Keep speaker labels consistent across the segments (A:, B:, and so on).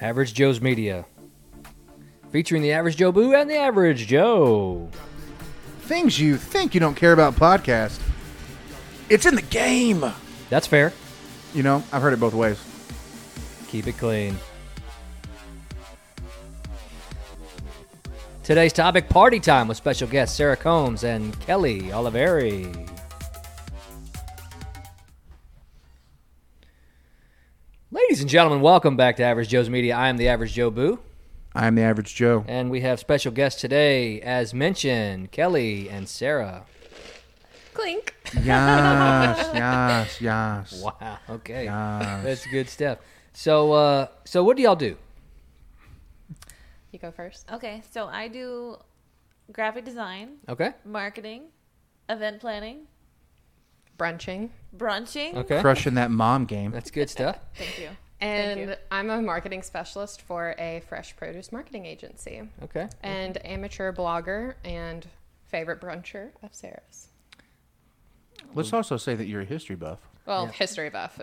A: Average Joe's Media, featuring the Average Joe Boo and the Average Joe.
B: Things you think you don't care about podcast. It's in the game.
A: That's fair.
B: You know, I've heard it both ways.
A: Keep it clean. Today's topic party time with special guests Sarah Combs and Kelly Oliveri. Ladies and gentlemen, welcome back to Average Joe's Media. I am the Average Joe Boo,
B: I'm the average Joe.
A: and we have special guests today, as mentioned, Kelly and Sarah.
C: Clink.
B: Yes, yes, yes.
A: Wow. Okay.
B: Yes.
A: That's good stuff. So, uh, so what do y'all do?
C: You go
D: Oh.
C: first. Okay, so I do graphic design,
A: Okay.
C: marketing, event planning,
D: brunching
C: brunching.
A: Okay.
B: Crushing that mom game.
A: That's good stuff.
C: Thank you.
D: and
C: you.
D: i'm a marketing specialist for a fresh produce marketing agency
A: Okay.
D: and amateur blogger and favorite bruncher of sarah's
B: Let's also say that you're a history buff
D: well history buff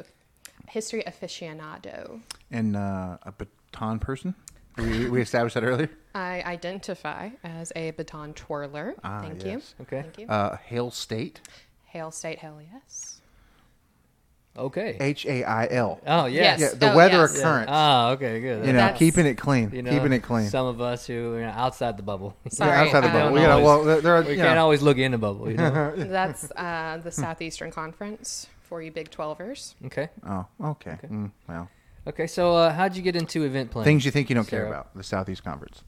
D: history aficionado
B: and uh, a baton person. We, we established that earlier.
D: i identify as a baton twirler
B: Ah,
D: thank
B: yes.
D: you
A: Okay.
D: thank you
B: Uh, Hail State,
D: hail state hell yes
A: Okay.
B: H A I L.
A: Oh yes.
B: Yeah,
D: Yes.
B: the
D: Oh,
B: weather
D: yes.
B: occurrence.
A: Oh, okay, good.
B: you know,
D: That's-
B: keeping it clean,
A: You know,
B: keeping it clean.
A: Some of us who are outside the bubble.
B: Yeah,
D: Sorry,
B: outside the
D: I
B: bubble.
D: don't
B: We gotta, well,
A: always-
B: there there are,
A: we
B: you
A: can't
B: know,
A: always look in the bubble, you know.
D: that's uh, the southeastern conference for you big 12ers
A: okay.
B: Oh, okay. Mm, well,
A: Okay. So, uh, how'd you get into event planning?
B: things you think you don't care
A: Sarah.
B: about. The Southeast Conference.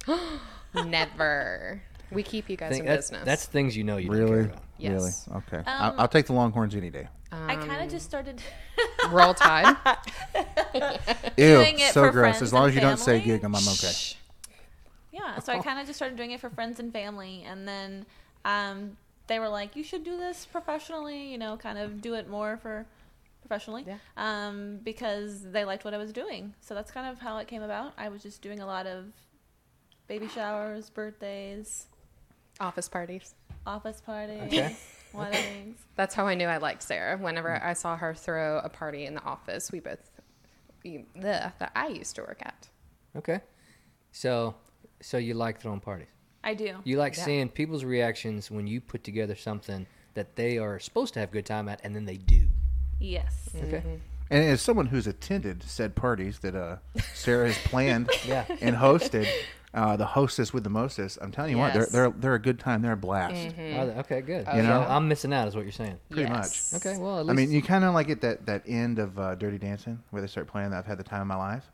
D: never we keep you guys
A: Think-
D: in
A: that's,
D: business
A: that's things you know you don't care
B: Really?
A: about.
D: Yes.
B: Really? Okay. I- I'll take the Longhorns any day.
C: I kind of just started
D: Um, roll tide
B: Ew,
C: doing it
B: so
C: for
B: gross.
C: friends
B: As long
C: and
B: as you don't say
C: family?
B: gig, I'm, I'm okay.
C: Yeah, so I kind of just started doing it for friends and family, and then um, they were like, "You should do this professionally," you know, kind of do it more for professionally,
D: Yeah.
C: um, because they liked what I was doing. So that's kind of how it came about. I was just doing a lot of baby showers, birthdays,
D: office parties
C: office parties,
A: Okay.
C: weddings.
D: That's how I knew I liked Sarah. Whenever I saw her throw a party in the office, we both, we, the that I used to work at.
A: Okay. So, so you like throwing parties?
C: I do.
A: You like
D: Yeah.
A: seeing people's reactions when you put together something that they are supposed to have a good time at, and then they do.
C: Yes.
A: Okay.
B: And as someone who's attended said parties that uh, Sarah has planned
A: Yeah.
B: and hosted, uh, the hostess with the mostess, I'm telling you what,
D: Yes.
B: they're, they're, they're a good time. They're a blast.
A: Are they- Okay, good.
D: Oh,
A: you know,
B: yeah.
A: I'm missing out, is what you're saying.
B: Pretty
D: Yes.
B: much.
A: Okay, well, at
B: I
A: least
B: mean, you kind of like get that, that end of uh, Dirty Dancing where they start playing. I've had the time of my life.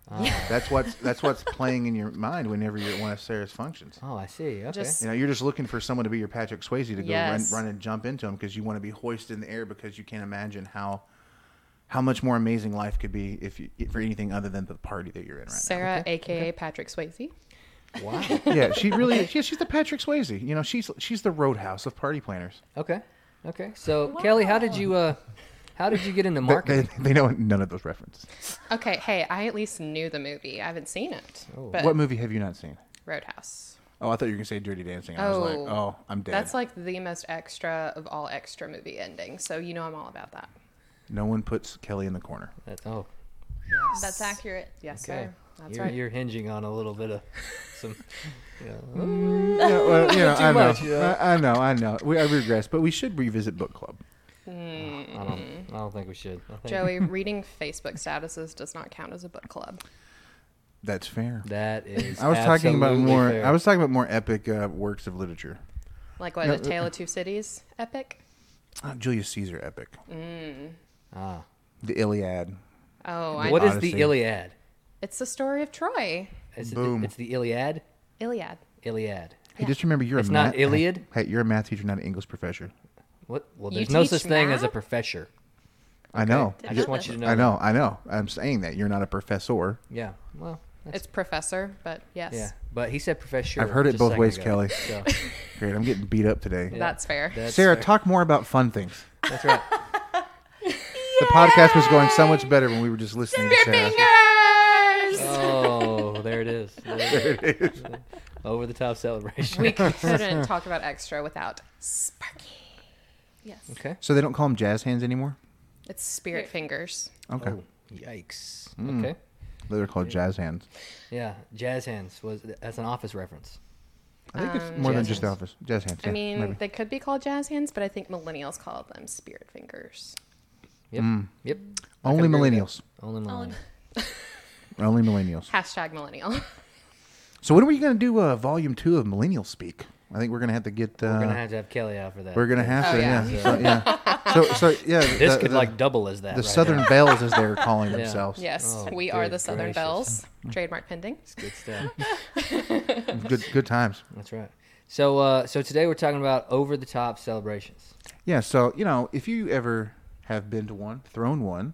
B: That's what's that's what's playing in your mind whenever you're at one of Sarah's functions.
A: Oh, I see. Okay.
D: Just-
B: You know, you're just looking for someone to be your Patrick Swayze to go
D: Yes.
B: run, run and jump into him because you want to be hoisted in the air because you can't imagine how how much more amazing life could be if you for anything other than the party that you're in right
D: Sarah, aka Patrick Swayze.
A: wow.
B: now. Yeah, she really is. Yeah, she's the Patrick Swayze. You know, she's she's the roadhouse of party planners.
A: Okay. Okay. So, Kelly, how did you uh how did you get into
B: But
A: marketing?
B: They, they know none of those references.
D: Okay, hey, I at least knew the movie. I haven't seen it, but
B: What movie have you not seen?
D: Roadhouse.
B: Oh, I thought you were gonna say Dirty Dancing. I was like, oh, I'm dead.
D: That's like the most extra of all extra movie endings. So you know I'm all about that.
B: no one puts Kelly in the corner.
A: That- oh,
D: Yes.
C: That's accurate.
D: Yes,
A: okay.
D: sir. That's
A: you're,
D: right.
A: you're hinging on a little bit of some you know,
B: Yeah, well, you know, I know,
A: much, yeah.
B: I, I know, I know. We, I regress, but we should revisit book club.
A: I don't I don't think we should. I think
D: Joey, reading Facebook statuses does not count as a book club.
B: That's fair.
A: that is
B: I was talking about
A: absolutely
B: more.
A: fair.
B: I was talking about more epic uh, works of literature.
D: Like what?
B: No,
D: a Tale of Two Cities epic.
B: Uh, Julius Caesar epic,
A: ah.
B: the Iliad.
D: Oh, I.
A: What is
B: Odyssey.
A: the Iliad?
D: It's the story of Troy.
A: Is it-
B: Boom.
A: it's the Iliad.
D: Iliad.
A: Iliad.
B: Hey, just remember you're
A: It's
B: a
A: not
B: math,
A: Iliad?
B: Hey, you're a math teacher, not an English professor.
A: What? Well,
D: You
A: there's no
D: teach
A: such thing as a
D: math?
A: professor.
B: I know.
C: Did
A: I just want you to know.
B: I
A: that.
B: know. I know. I'm saying that you're not a professor.
A: Yeah. Well, that's,
D: It's professor, but yes.
A: yeah. But he said professor.
B: I've heard it
A: just a
B: both
A: second
B: ways,
A: ago.
B: Kelly.
A: So,
B: Great. I'm getting beat up today.
D: That's fair.
A: that's
B: Sarah,
A: fair.
B: talk more about fun things.
A: That's right.
B: The podcast was going so much better when we were just listening to Sarah.
A: Oh, there it is. There it is. Over the top celebration.
D: we couldn't talk about extra without Sparky.
C: Yes.
A: okay.
B: So they don't call them jazz hands anymore.
D: It's spirit fingers.
B: Okay.
A: Oh, Yikes. Okay.
B: They were called jazz hands.
A: Yeah, jazz hands was that's an office reference.
B: I think it's
D: Um,
B: more than
A: Mm. Jazz
B: just the
A: hands.
B: office. Jazz hands.
D: I
B: yeah,
D: mean,
B: maybe.
D: they could be called jazz hands, but I think millennials call them spirit fingers.
A: Yep.
B: Hmm.
A: Yep. I can
B: only
A: agree with
B: millennials.
A: that. Only millennials.
B: Only millennials.
D: Hashtag millennial.
B: So when are we going to do uh, volume two of Millennial Speak? I think we're going to have to get. Uh,
A: We're gonna have to have Kelly out for that.
B: We're gonna have
D: Oh,
B: to, yeah.
D: yeah.
B: So, yeah. so, so, yeah.
A: This
B: the,
A: could
B: the,
A: like double as that.
B: the
A: right
B: Southern
A: there.
B: Bells, as they're calling themselves.
D: yes,
A: Oh,
D: we are
A: good
D: the Southern
A: gracious.
D: Bells.
B: Mm-hmm.
D: Trademark pending.
A: Good stuff.
B: Good, good times.
A: That's right. So, uh, so today we're talking about over the top celebrations.
B: Yeah. So you know, if you ever have been to one, thrown one,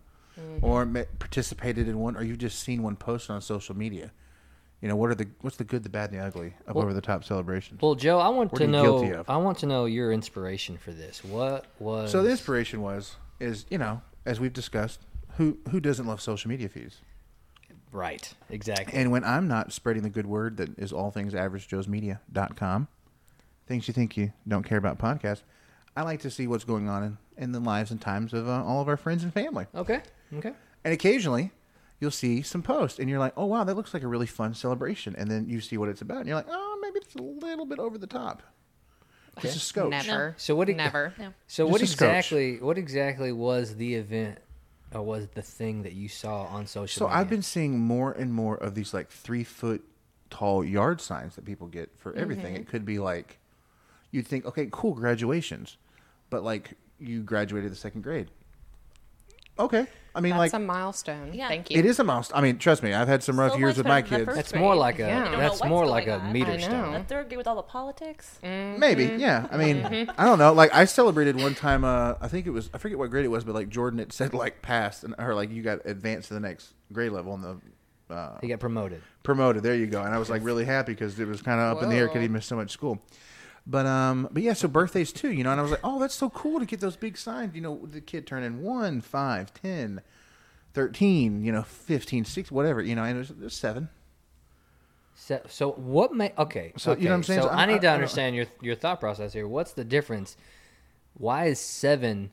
B: or ma- participated in one, or you've just seen one posted on social media, you know what are the what's the good, the bad, and the ugly of
A: Well-
B: over the top celebrations?
A: Well, Joe, I want
B: What
A: to
B: are you guilty
A: know.
B: of?
A: I want to know your inspiration for this. What was
B: so the inspiration was is you know as we've discussed, who who doesn't love social media feeds?
A: right? Exactly.
B: And when I'm not spreading the good word that is all things averagejoesmedia.com, things you think you don't care about podcast, I like to see what's going on in, in the lives and times of uh, all of our friends and family.
A: okay. Okay.
B: And occasionally, you'll see some posts and you're like, oh, wow, that looks like a really fun celebration. And then you see what it's about and you're like, oh, maybe it's a little bit over the top. It's a scope.
D: Never.
A: So what? e-
D: Never.
C: No.
A: So
B: Just
A: what
B: a scotch.
A: exactly? What exactly was the event, or was the thing that you saw on social?
B: So
A: media?
B: I've been seeing more and more of these like three foot tall yard signs that people get for everything. It could be like, you'd think, okay, cool, graduations, but like you graduated the second grade. Okay, I mean, like
D: That's a milestone.
C: Yeah.
D: Thank you.
B: it is a milestone. I mean, trust me, I've had some rough
C: So
B: years
C: much
B: with my
C: better than the
B: kids.
A: That's more like a.
D: Yeah. You don't
A: That's
C: know
A: more
C: what's
A: like a
C: going on.
A: meter
D: I
A: stone.
D: know.
C: That third grade with all the politics.
B: Maybe, yeah. I mean, I don't know. Like I celebrated one time. Uh, I think it was I forget what grade it was, but like Jordan, it said like passed, and or like you got advanced to the next grade level in the Uh,
A: He got promoted.
B: promoted. There you go. And I was like really happy because it was kind of up in the air
D: Whoa.
B: because he missed so much school. But um, but yeah, so birthdays too, you know. And I was like, oh, that's so cool to get those big signs. You know, the kid turning one, five, ten, thirteen, you know, fifteen, six, whatever, you know. And it was, it was seven.
A: So, so what may okay?
B: So,
A: okay,
B: you know what I'm saying?
A: So
B: So
A: I
B: I'm-
A: need to
B: I- I don't-
A: understand your your thought process here. What's the difference? Why is seven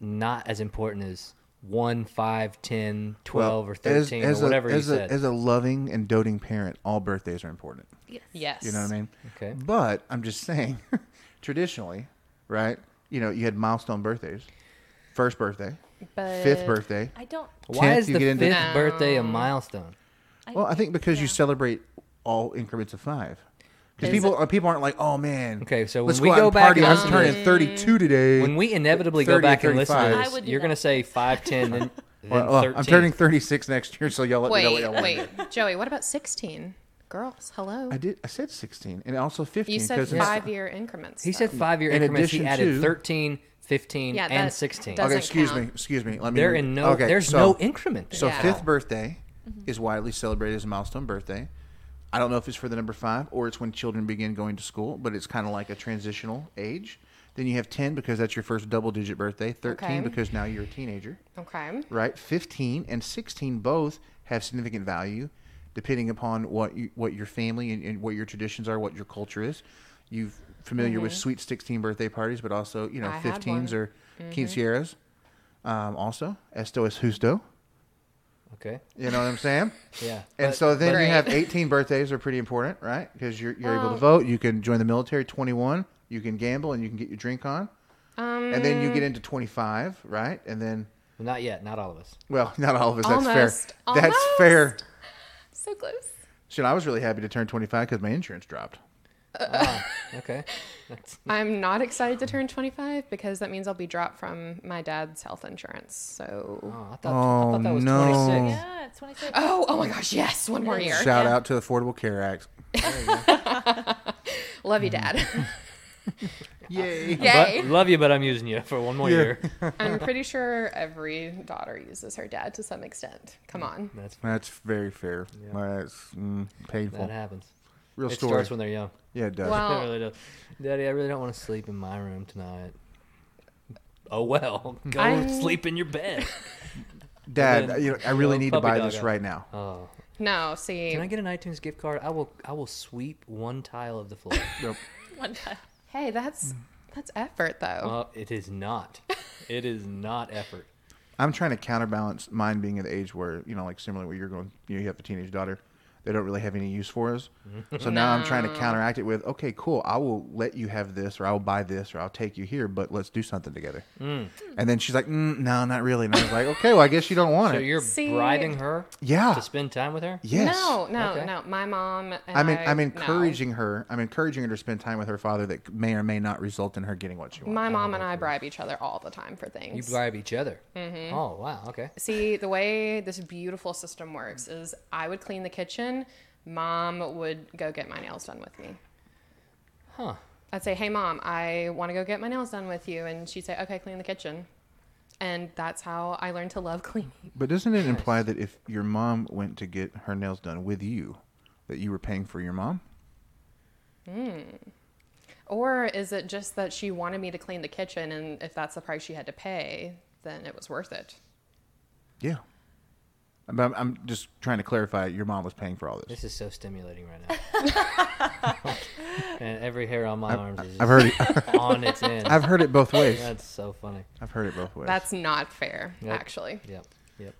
A: not as important as one, five, 10, 12, or thirteen, or whatever
B: a, as
A: you
B: a,
A: said?
B: As a loving and doting parent, all birthdays are important.
D: Yes.
B: You know what I mean?
A: Okay.
B: But I'm just saying, traditionally, right? You know, you had milestone birthdays, first birthday,
D: But
A: Uh,
B: fifth birthday.
C: I don't.
A: Why
B: tenth
A: is
B: you
A: the
B: get
A: fifth
B: into-
D: No.
A: birthday a milestone?
C: I,
B: Well, I think because you
C: yeah.
B: celebrate all increments of five. Because
D: Is
B: people uh, people aren't like, oh man.
A: Okay, so
B: let's
A: when we
B: go, out
A: go
B: and
A: back
B: party.
A: and
B: I'm
A: listen to
B: turning 32 today.
A: When we inevitably go
B: 30 to
A: back and listen to
B: 35.
A: this,
C: I would do
A: you're going to
C: that.
A: say five, ten, then, then
B: Well, well,
A: 13.
B: I'm turning 36 next year, so y'all let me know what
D: Wait,
B: y'all want.
D: wait, Joey. What about sixteen girls? Hello.
B: I did. I said 16 and also 15.
D: You said
B: 'cause it's-
D: five-year increments.
A: He
D: though.
A: said five year
B: In
A: increments. He
B: addition
A: added
B: to-
A: 13, 15,
D: Yeah,
A: and
D: that
A: 16.
D: does-
B: Okay,
D: doesn't
B: excuse
D: count.
B: me. Excuse me. Let me.
A: There
B: re-
A: in no,
B: okay,
A: there's
B: so-
A: no increment there.
B: So
D: Yeah. Mm-hmm.
B: fifth birthday is widely celebrated as a milestone birthday. I don't know if it's for the number five or it's when children begin going to school, but it's kind of like a transitional age. Then you have ten because that's your first double digit birthday. Thirteen
D: Okay.
B: because now you're a teenager,
D: Okay.
B: right? Fifteen and sixteen both have significant value, depending upon what you, what your family and, and what your traditions are, what your culture is. You familiar with sweet sixteen birthday parties, but also you know
D: Mm-hmm. I had
B: fifteens
D: one. Mm-hmm.
B: or quinceañeras. Um, also, esto es justo.
A: Okay.
B: You know what I'm saying?
A: Yeah.
B: And
A: But-
B: so then
D: but-
B: you have
D: Right.
B: 18 birthdays are pretty important, right? Because you're, you're able
D: Well-
B: to vote, you can join the military. 21, you can gamble and you can get your drink on.
D: Um,
B: And then you get into 25, right? And then,
A: Not yet. Not all of us.
B: well, not all of us. That's
D: Almost.
B: fair. That's fair.
D: Almost. so close.
B: Shit, I was really happy to turn 25 because my insurance dropped.
D: Uh,
A: Ah, Okay. That's,
D: I'm not excited to turn 25 because that means I'll be dropped from my dad's health insurance. So.
A: oh, I thought, I
B: Oh,
A: thought that was
B: no.
A: 26.
C: Yeah, it's 26.
D: Oh, oh my gosh, yes, one more year.
B: Shout out to the Affordable Care Act.
D: Love you, Dad.
B: Yay.
D: Yay.
A: But, love you, but I'm using you for one more
B: Yeah.
A: year.
D: I'm pretty sure every daughter uses her dad to some extent. Come on.
A: That's,
B: That's very fair. That's mm, painful.
A: that happens.
B: Real
A: it
B: story.
A: starts when they're young.
B: yeah, it does.
D: Wow.
A: It
D: Oh.
A: really does. Daddy, I really don't want to sleep in my room tonight. Oh well, go
D: I'm-
A: sleep in your bed.
B: Dad,
A: then,
B: you know, I really
A: you know,
B: need to
A: puppy
B: buy
A: dog
B: this
A: out.
B: right now.
A: Oh,
D: No, see.
A: can I get an iTunes gift card? I will. I will sweep one tile of the floor.
B: Nope.
C: One time.
A: Mm.
D: hey, that's that's effort though.
A: Uh, it is not. It is not effort.
B: I'm trying to counterbalance mine being at the age where you know, like similar where you're going, you, know, you have a teenage daughter. They don't really have any use for us. So now I'm trying to counteract it with, okay, cool. I will let you have this, or I will buy this, or I'll take you here, but let's do something together. And then she's like, mm, no, not really. And I was like, okay, well, I guess you don't want
A: So
B: it.
A: you're
D: See-
A: bribing her
B: Yeah.
A: to spend time with her?
B: Yes.
D: No, no,
A: Okay.
D: no. My mom. And
B: I'm en-
D: I,
B: I'm
D: no.
B: encouraging her. I'm encouraging her to spend time with her father that may or may not result in her getting what she wants.
D: My mom and I bribe each other all the time for things.
A: You bribe each other. Mm-hmm. Oh, wow. Okay.
D: See, the way this beautiful system works is I would clean the kitchen, mom would go get my nails done with me.
A: Huh.
D: I'd say, "Hey mom, I want to go get my nails done with you." And she'd say, "Okay, clean the kitchen." And that's how I learned to love cleaning.
B: But doesn't it imply that if your mom went to get her nails done with you, that you were paying for your mom?
D: Or is it just that she wanted me to clean the kitchen and if that's the price she had to pay, then it was worth it?
B: Yeah. But I'm, I'm just trying to clarify. Your mom was paying for all this.
A: This is so stimulating right now. and every hair on my arms is just
B: I've heard it.
A: on its end.
B: I've heard it both ways.
A: That's so funny.
B: I've heard it both ways.
D: That's not fair,
A: Yep.
D: actually.
A: Yep. Yep.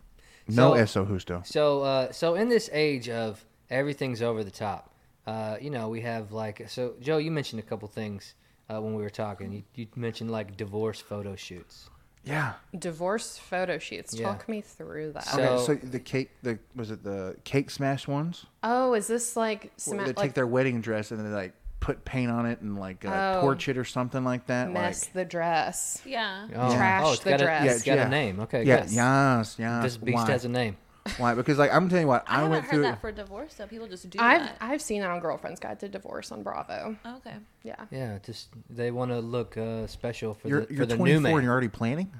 A: so-
B: no eso justo.
A: So, uh, so in this age of everything's over the top, uh, you know, we have like so. Joe, you mentioned a couple things uh, when we were talking. You, you mentioned like divorce photo shoots.
B: Yeah.
D: Divorce photo shoots.
A: Yeah.
D: Talk me through that.
A: So-
B: Okay. So the cake, the was it the cake smash ones?
D: oh, is this like
B: Where they
D: cement?
B: take
D: Like
B: their wedding dress and they like put paint on it and like uh,
D: Oh.
B: torch it or something like that.
D: mess
B: like
D: the dress.
C: Yeah.
A: Oh,
D: Trash
A: oh, it's
D: the
A: got
D: dress.
A: A, it's got
B: Yeah.
A: a name. Okay.
B: yeah,
A: good.
B: yes, yes.
A: This beast
B: Why?
A: has a name.
B: Why? Because like I'm telling you what,
C: I,
B: I,
C: haven't
B: went
C: heard
B: through.
C: that for divorce though. People just do
D: I've
C: that.
D: I've seen that on Girlfriend's Guide to Divorce on Bravo.
C: okay.
D: Yeah.
A: Yeah, just they want to look uh, special for
B: you're
A: the
B: you're
A: for the
B: 24
A: new
B: and
A: man.
B: you're already planning.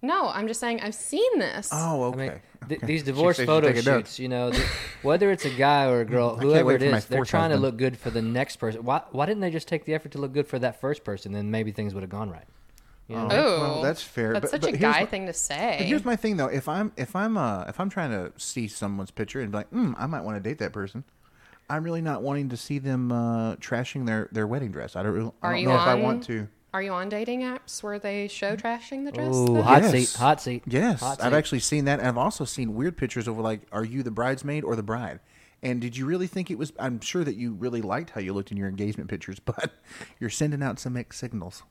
D: No, I'm just saying I've seen this.
B: Oh,
A: I
B: okay.
A: mean, th-
B: Okay.
A: these
B: She
A: divorce
B: says she's
A: photo
B: taking notes.
A: shoots, you know, th- whether it's a guy or a girl, whoever
B: wait
A: it
B: for my
A: is, they're
B: fourth
A: trying to
B: husband.
A: look good for the next person. Why, why didn't they just take the effort to look good for that first person? Then maybe things would have gone right.
B: Oh,
D: Oh,
B: well, that's fair.
D: That's
B: but-
D: such
B: but
D: a
B: here's
D: guy
B: my-
D: thing to
B: But
D: say.
B: here's my thing though. If I'm if I'm uh if I'm trying to see someone's picture and be like, hmm, I might want to date that person. I'm really not wanting to see them uh, trashing their, their wedding dress. I don't, really, I
D: Are
B: don't
D: you
B: know if I
D: on-
B: want to.
D: Are you on dating apps where they show
B: Mm.
D: trashing the dress?
A: Ooh,
D: though?
A: hot
B: Yes.
A: seat, hot seat.
B: Yes,
A: hot
B: I've
A: seat.
B: actually seen that. And I've also seen weird pictures over like, are you the bridesmaid or the bride? And did you really think it was? I'm sure that you really liked how you looked in your engagement pictures, but you're sending out some mixed signals.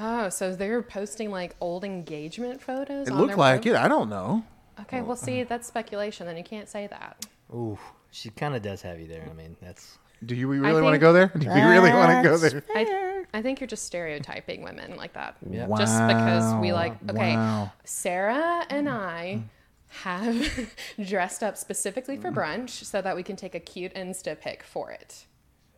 D: Oh, so they're posting like old engagement photos.
B: It
D: on
B: looked
D: their
B: like
D: profi-
B: it. Oh. I don't know.
D: Okay, well, see, that's speculation. Then you can't say that.
A: Ooh, she kind of does have you there. I mean, that's
B: Do you we really want to
D: think
B: go there? Do we really want to go
D: that's
B: there?
D: I, I think you're just stereotyping women like that.
A: Yeah.
D: Just because we like,
B: Wow.
D: okay,
B: Wow.
D: Sarah and I have dressed up specifically for brunch so that we can take a cute Insta pic for it.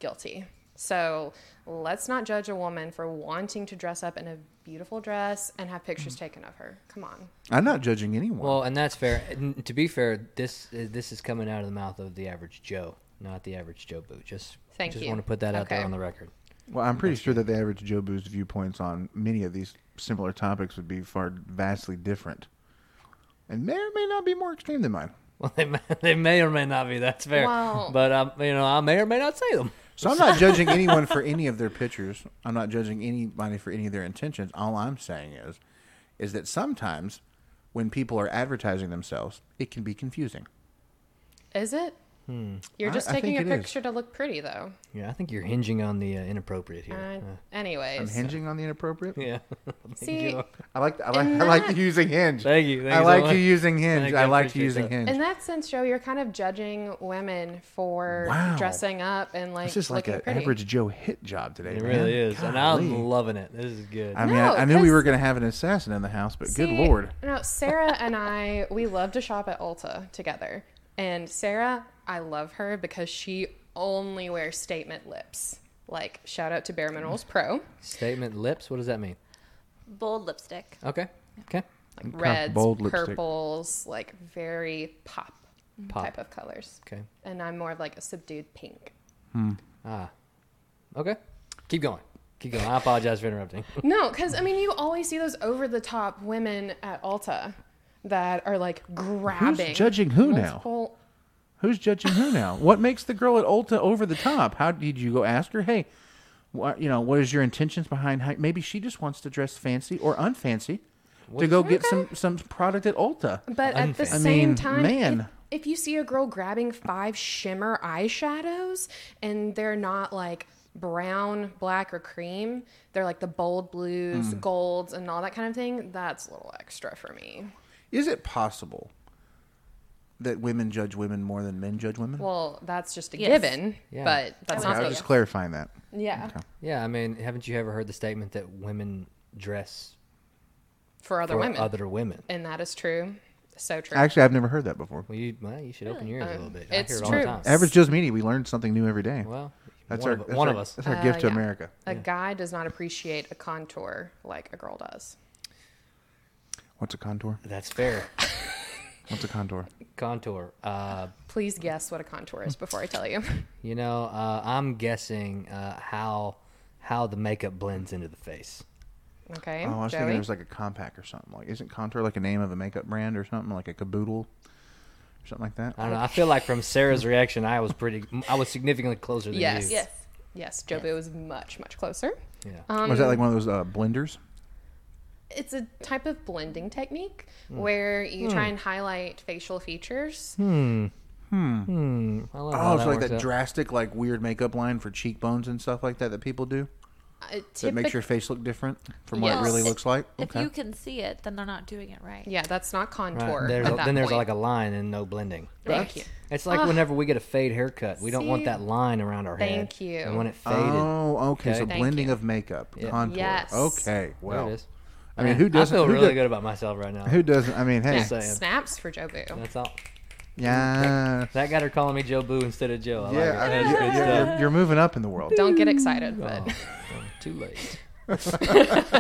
D: Guilty. So let's not judge a woman for wanting to dress up in a beautiful dress and have pictures taken of her. Come on.
B: I'm not judging anyone.
A: well, and that's fair. And to be fair, this uh, this is coming out of the mouth of the average Joe, not the average Joe Boo. Just
D: Thank
A: just
D: you.
A: want to put that out there
D: Okay.
A: on the record.
B: Well, I'm pretty sure that the average Joe Boo's viewpoints on many of these similar topics would be far vastly different, and may or may not be more extreme than mine.
A: Well, they may, they may or may not be. That's fair.
D: Well-
A: but um, you know, I may or may not say them.
B: So I'm not judging anyone for any of their pictures. I'm not judging anybody for any of their intentions. All I'm saying is, is that sometimes when people are advertising themselves, it can be confusing.
D: Is it? You're
B: Hmm. I-
D: just
B: I
D: taking a
B: think it is.
D: picture to look pretty, though.
A: Yeah, I think you're hinging on the uh, inappropriate
D: Uh,
A: here.
D: anyways.
B: I'm hinging on the inappropriate.
A: Uh, yeah. Thank
D: See,
A: you.
B: I like I like
D: And
B: I like
D: that-
B: using hinge.
A: Thank you. Thank
B: I
A: you so
B: like
A: much.
B: you using hinge.
A: Thank you,
B: I
A: I
B: like
A: appreciate
B: using
A: that.
B: hinge.
D: In that sense, Joe, you're kind of judging women for
B: Wow.
D: dressing up and like
B: this is like
D: looking
B: an
D: pretty.
B: average Joe hit job today.
A: It
B: man.
A: really is, and I'm
B: Golly.
A: loving it. This is good.
B: I mean,
D: No,
B: I, I knew we were
D: 'cause-
B: going to have an assassin in the house, but good
D: See,
B: lord.
D: No, Sarah and I, we love to shop at Ulta together. And Sarah, I love her because she only wears statement lips. Like, shout out to Bare
B: Mm.
D: Minerals Pro,
A: Statement lips. What does that mean?
C: Bold lipstick.
A: Okay. Okay.
D: like reds,
B: bold lipstick.
D: purples, like very pop,
A: Pop.
D: type of colors.
A: Okay.
D: And I'm more of like a subdued pink.
A: Ah. Okay. Keep going. Keep going. I apologize for interrupting.
D: No, because I mean, you always see those over the top women at Ulta that are like grabbing.
B: judging who now?
D: multiple-
B: Who's judging who now? what makes the girl at Ulta over the top? How did you go ask her? Hey, what you know? What is your intentions behind? How, maybe she just wants to dress fancy or unfancy. to go get some some product at Ulta.
D: But at the
A: Unfair.
B: I
D: same
B: mean,
D: time,
B: man.
D: If, if you see a girl grabbing five shimmer eyeshadows and they're not like brown, black, or cream, they're like the bold blues,
B: Mm.
D: golds, and all that kind of thing, that's a little extra for me.
B: Is it possible that women judge women more than men judge women?
D: Well, that's just a
C: Yes.
D: given,
A: Yeah.
D: but that's
B: okay, I
D: not
B: was
D: the
B: just clarifying that.
D: yeah
A: Yeah, I mean, haven't you ever heard the statement that women dress
D: for other
A: for
D: women,
A: other women?
D: and that is true. So true.
B: Actually, I've never heard that before.
A: Well, you well, you should open your ears a little bit.
D: Uh, it's
A: I hear it
D: true.
A: all the time.
B: Average Joe's Media, we learn something new every day.
A: Well,
B: that's
A: one,
B: our,
A: of,
B: that's
A: one
B: our-
A: of us.
B: That's our
D: Uh,
B: gift to
D: yeah.
B: America.
D: a guy does not appreciate a contour like a girl does.
B: What's a contour?
A: That's fair.
B: What's a contour?
A: Contour. Uh,
D: Please guess what a contour is before I tell you.
A: you know, uh, I'm guessing uh, how how the makeup blends into the face.
D: Okay,
B: Oh, I was thinking
D: Joey?
B: it was like a compact or something. Like, isn't contour like a name of a makeup brand or something? Like a caboodle or something like that?
A: I don't know. I feel like from Sarah's reaction, I was pretty. I was significantly closer than
D: Yes.
A: you.
C: Yes.
D: Yes, Jobu is much, much closer.
A: Yeah.
B: Or is that like one of those uh, blenders?
D: It's a type of blending technique where you try and highlight facial features.
A: I love how
B: Oh, so like
A: works
B: that
A: out.
B: drastic, like weird makeup line for cheekbones and stuff like that that people do
D: Uh,
B: that makes
D: typic-
B: your face look different from what it really
C: Yes.
B: looks like.
C: If you can see it, then they're not doing it right.
D: yeah, that's not
A: Right.
D: contour.
A: There's
D: at
A: a-
D: that
A: then there's
D: point.
A: like a line and no blending.
D: Thank you.
A: It's like whenever we get a fade haircut, we don't want
D: See?
A: that line around our head.
D: Thank you.
A: And when it faded,
B: Oh, okay.
A: Okay.
B: So
A: Thank
B: blending of makeup, contour.
D: Yes.
B: Okay.
A: there
B: Well,
A: it is.
B: I mean, who doesn't?
A: I feel
B: who
A: really
B: do-
A: good about myself right now.
B: Who doesn't? I mean, hey,
A: Just saying.
D: Snaps for Jobu.
A: That's all.
B: yeah,
A: That got her calling me Joe Boo instead of Joe. I like
B: yeah.
A: it.
B: I mean,
A: That's good
B: you're, you're-
A: stuff.
B: you're- you're moving up in the world.
D: Don't get excited, but
A: Oh, too late.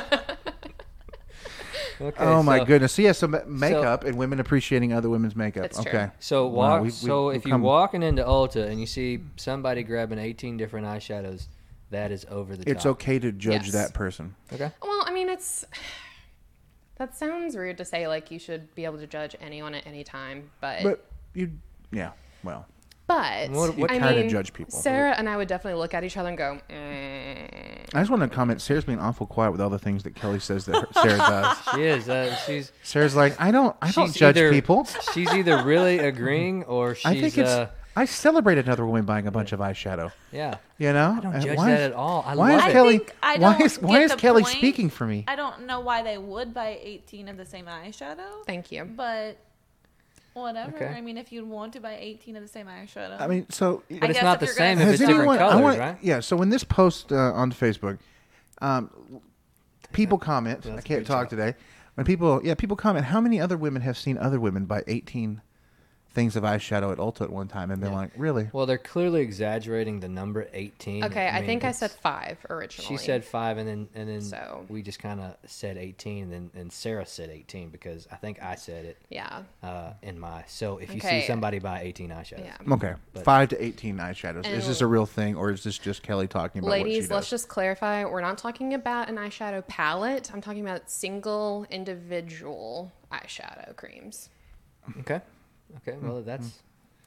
A: okay,
B: Oh my
A: so-
B: goodness. So yeah, so ma- makeup and women appreciating other women's makeup.
D: That's true.
B: okay.
A: So
B: Wow,
A: walk.
B: we've-
A: so
B: we've
A: if you're
B: come-
A: walking into Ulta and you see somebody grabbing 18 different eyeshadows, that is over the
B: it's
A: top.
B: okay to judge
D: Yes.
B: that person.
A: Okay.
D: well, I mean, it's that sounds rude to say. Like you should be able to judge anyone at any time, but
B: But you, yeah. Well,
D: but
A: What- what
D: I
B: kinda
D: mean,
B: judge people?
D: Sarah and I would definitely look at each other and go, mm,
B: I just want to comment. Sarah's being awful quiet with all the things that Kelly says that her- Sarah does.
A: She is. Uh, she's.
B: Sarah's like, I don't, I don't
A: she's
B: judge
A: either-
B: people.
A: She's either really agreeing or she's.
B: I think it's.
A: uh,
B: I celebrate another woman buying a bunch of eyeshadow.
A: yeah.
B: You know,
A: I don't
B: Uh,
A: judge
B: why
A: that
B: is-
A: at all. I
B: why
A: love
B: is
A: it.
B: Kelly?
C: I think I
B: why
C: don't
B: is why
C: get
B: is
C: the
B: Kelly
C: point.
B: speaking for me?
C: I don't know why they would buy 18 of the same eyeshadow.
D: thank you.
C: But whatever.
A: Okay.
C: I mean, if you'd want to buy 18 of the same eyeshadow.
B: I mean, so
A: But it's
C: guess
A: not
C: if
A: the
C: you're
A: same
C: gonna-
A: if it's different colors,
B: I want,
A: right?
B: Yeah. So when this post uh, on Facebook, um, people comment. I
A: that's a
B: can't
A: good
B: talk
A: job.
B: today. When people, yeah, people comment. How many other women have seen other women buy eighteen things of eyeshadow at Ulta at one time and been like, really?
A: Well, they're clearly exaggerating the number 18.
D: Okay, I,
A: mean,
D: think I
A: it's-
D: said five originally.
A: She said five, and then and then
D: So-
A: we just kind of said eighteen, and then and Sarah said eighteen because I think I said it
D: yeah,
A: uh, in my. So if you
D: Okay.
A: see somebody buy eighteen eyeshadows,
D: yeah.
B: Okay, five to eighteen eyeshadows. is
D: And-
B: this a real thing, or is this just Kelly talking about what she
D: Oh. Ladies,
B: does?
D: let's just clarify: we're not talking about an eyeshadow palette. I'm talking about single individual eyeshadow creams.
A: okay, okay, well
B: Mm-hmm.
A: that's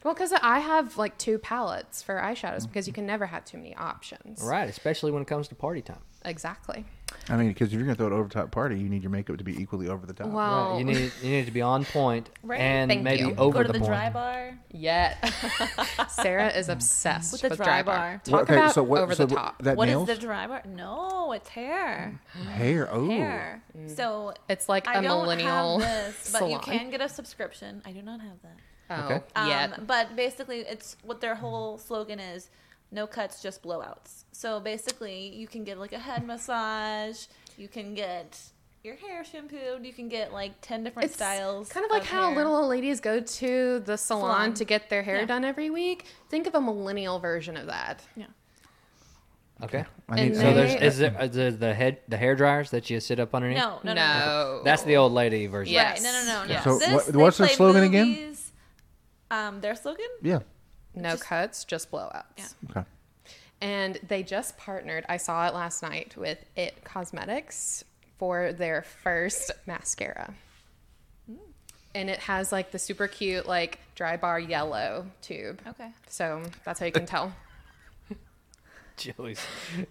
D: Well, because I have like two palettes for eyeshadows because you can never have too many options.
A: right, especially when it comes to party time.
D: Exactly.
B: I mean, because if you're gonna throw an over top party, you need your makeup to be equally over the top.
D: Well,
A: Right, you need you need to be on point
C: Right,
A: and
D: Oh. thank
A: maybe
D: you.
A: over
C: Go to
A: the,
C: the,
A: point.
C: dry bar.
D: yeah. Sarah is obsessed with
C: the dry bar.
D: Talk
B: okay,
D: about
B: so what,
D: over
B: so
D: the
B: what-
D: top.
B: That
C: What is
B: nails
C: the dry bar? No, it's hair.
B: hair. Oh,
C: Hair. So
D: It's like
C: I
D: a
C: don't
D: millennial
C: have this, but you
D: salon.
C: can get a subscription. I do not have that.
D: oh,
A: Okay.
C: Um,
D: yeah.
C: But basically, it's what their whole slogan is: no cuts, just blowouts. So basically, you can get like a head massage. You can get your hair shampooed. You can get like ten different
D: It's
C: styles.
D: Kind of like how
C: hair.
D: little old ladies go to the salon,
C: Salon.
D: to get their hair
C: Yeah.
D: done every week. Think of a millennial version of that.
C: Yeah.
A: Okay,
B: I
D: And
B: need,
A: so
D: They-
A: there's is there, is there the head the hair dryers that you sit up underneath?
C: Oh, No, no, no.
D: No.
C: no.
A: that's the old lady version.
D: Oh. Yeah.
C: Right. No, no, no, no.
D: Yes.
B: So what-
C: they
B: what's their
C: play
B: slogan again?
C: movies. Um, their slogan.
B: yeah.
D: No cuts, just blowouts.
C: Yeah.
B: Okay.
D: And they just partnered, I saw it last night, with It Cosmetics for their first mascara. And it has like the super cute, like dry bar yellow tube.
C: Okay.
D: So that's how you can tell.
A: Joey's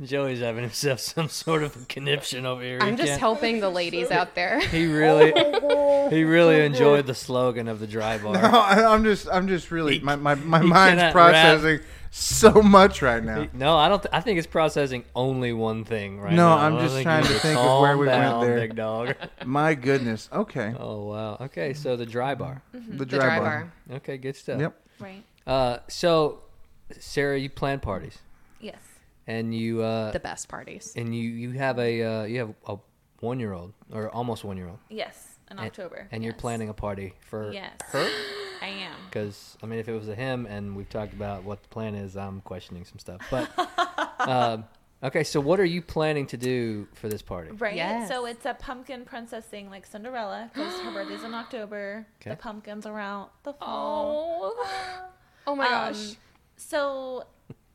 A: Joey's having himself some sort of a conniption over here.
D: I'm
A: He
D: just Oh
A: can't-
D: helping the ladies out there.
A: He really he
D: Oh
A: really enjoyed the slogan of the dry bar.
B: No, I- I'm just, I'm just really, my, my, my mind's
A: cannot rap.
B: processing so much right now.
A: No, I don't. Th- I think it's processing only one thing right
B: No,
A: now.
B: I'm
A: I
B: just
A: think
B: trying
A: you
B: to
A: need
B: think of where
A: calm
B: we went
A: down,
B: there.
A: big dog.
B: My goodness. Okay.
A: Oh wow. Okay, so the dry bar.
B: The
D: The dry
B: dry bar.
D: bar.
A: Okay, good stuff.
B: Yep.
C: Right.
A: Uh, so, Sarah, you plan parties,
C: Yes.
A: and you uh,
D: The best parties.
A: and you you have a uh, you have a one year old or almost one year old,
C: Yes. In October.
A: and you're
C: Yes.
A: planning a party for
C: Yes.
A: her.
C: I am.
A: Because I mean, if it was a him, and we've talked about what the plan is, I'm questioning some stuff. But um, okay, so what are you planning to do for this party?
C: Right.
D: Yes.
C: So it's a pumpkin princess thing, like Cinderella, because her birthday's in October. The
A: Okay.
C: pumpkins are out. The fall.
D: Oh. Oh my
C: Um,
D: gosh.
C: So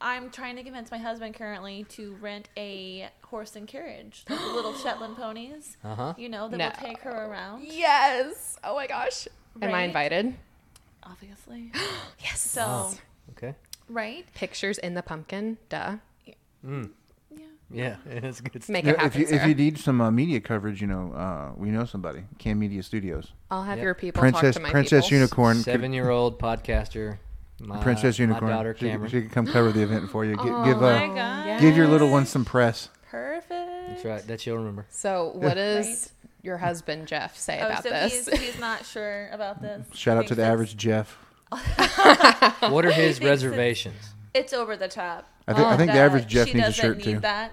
C: I'm trying to convince my husband currently to rent a horse and carriage, like the little Shetland ponies.
A: Uh huh.
C: You know that
D: No.
C: will take her around.
D: Yes. Oh my gosh. Am I
C: Right.
D: invited?
C: Obviously.
D: Yes.
C: So
A: Okay.
C: right.
D: Pictures in the pumpkin. Duh.
C: Yeah.
A: Yeah, it's good. Stuff.
D: Make
B: Yeah,
D: it
B: if
D: happen.
B: you if
D: sir.
B: you need some uh, media coverage, you know, uh, we know somebody. Cam Media Studios.
D: I'll have
A: Yep.
D: your people talk
B: Princess
D: to my
B: Princess
D: peoples.
B: Unicorn. could-
A: Seven year old podcaster. My,
B: Princess Unicorn.
A: My daughter
B: she, could-
A: Cameron.
B: she could come cover the event for you. Gi- give
C: Oh my
B: uh,
C: god.
D: yeah.
B: give your little one some press.
C: Perfect.
A: That's right. That she'll remember.
D: So, what does your husband Jeff say
C: Oh,
D: about
C: so
D: this?
C: he's he's not sure about this.
B: Shout out
C: He
B: to the
C: thinks
B: average Jeff.
A: What are his
C: Thanks, it's-
A: reservations?
C: It's it's over the top.
B: I
C: Um,
B: think I think the
C: that
B: average Jeff
C: she
B: needs a
C: doesn't
B: shirt
C: need
B: too.
C: That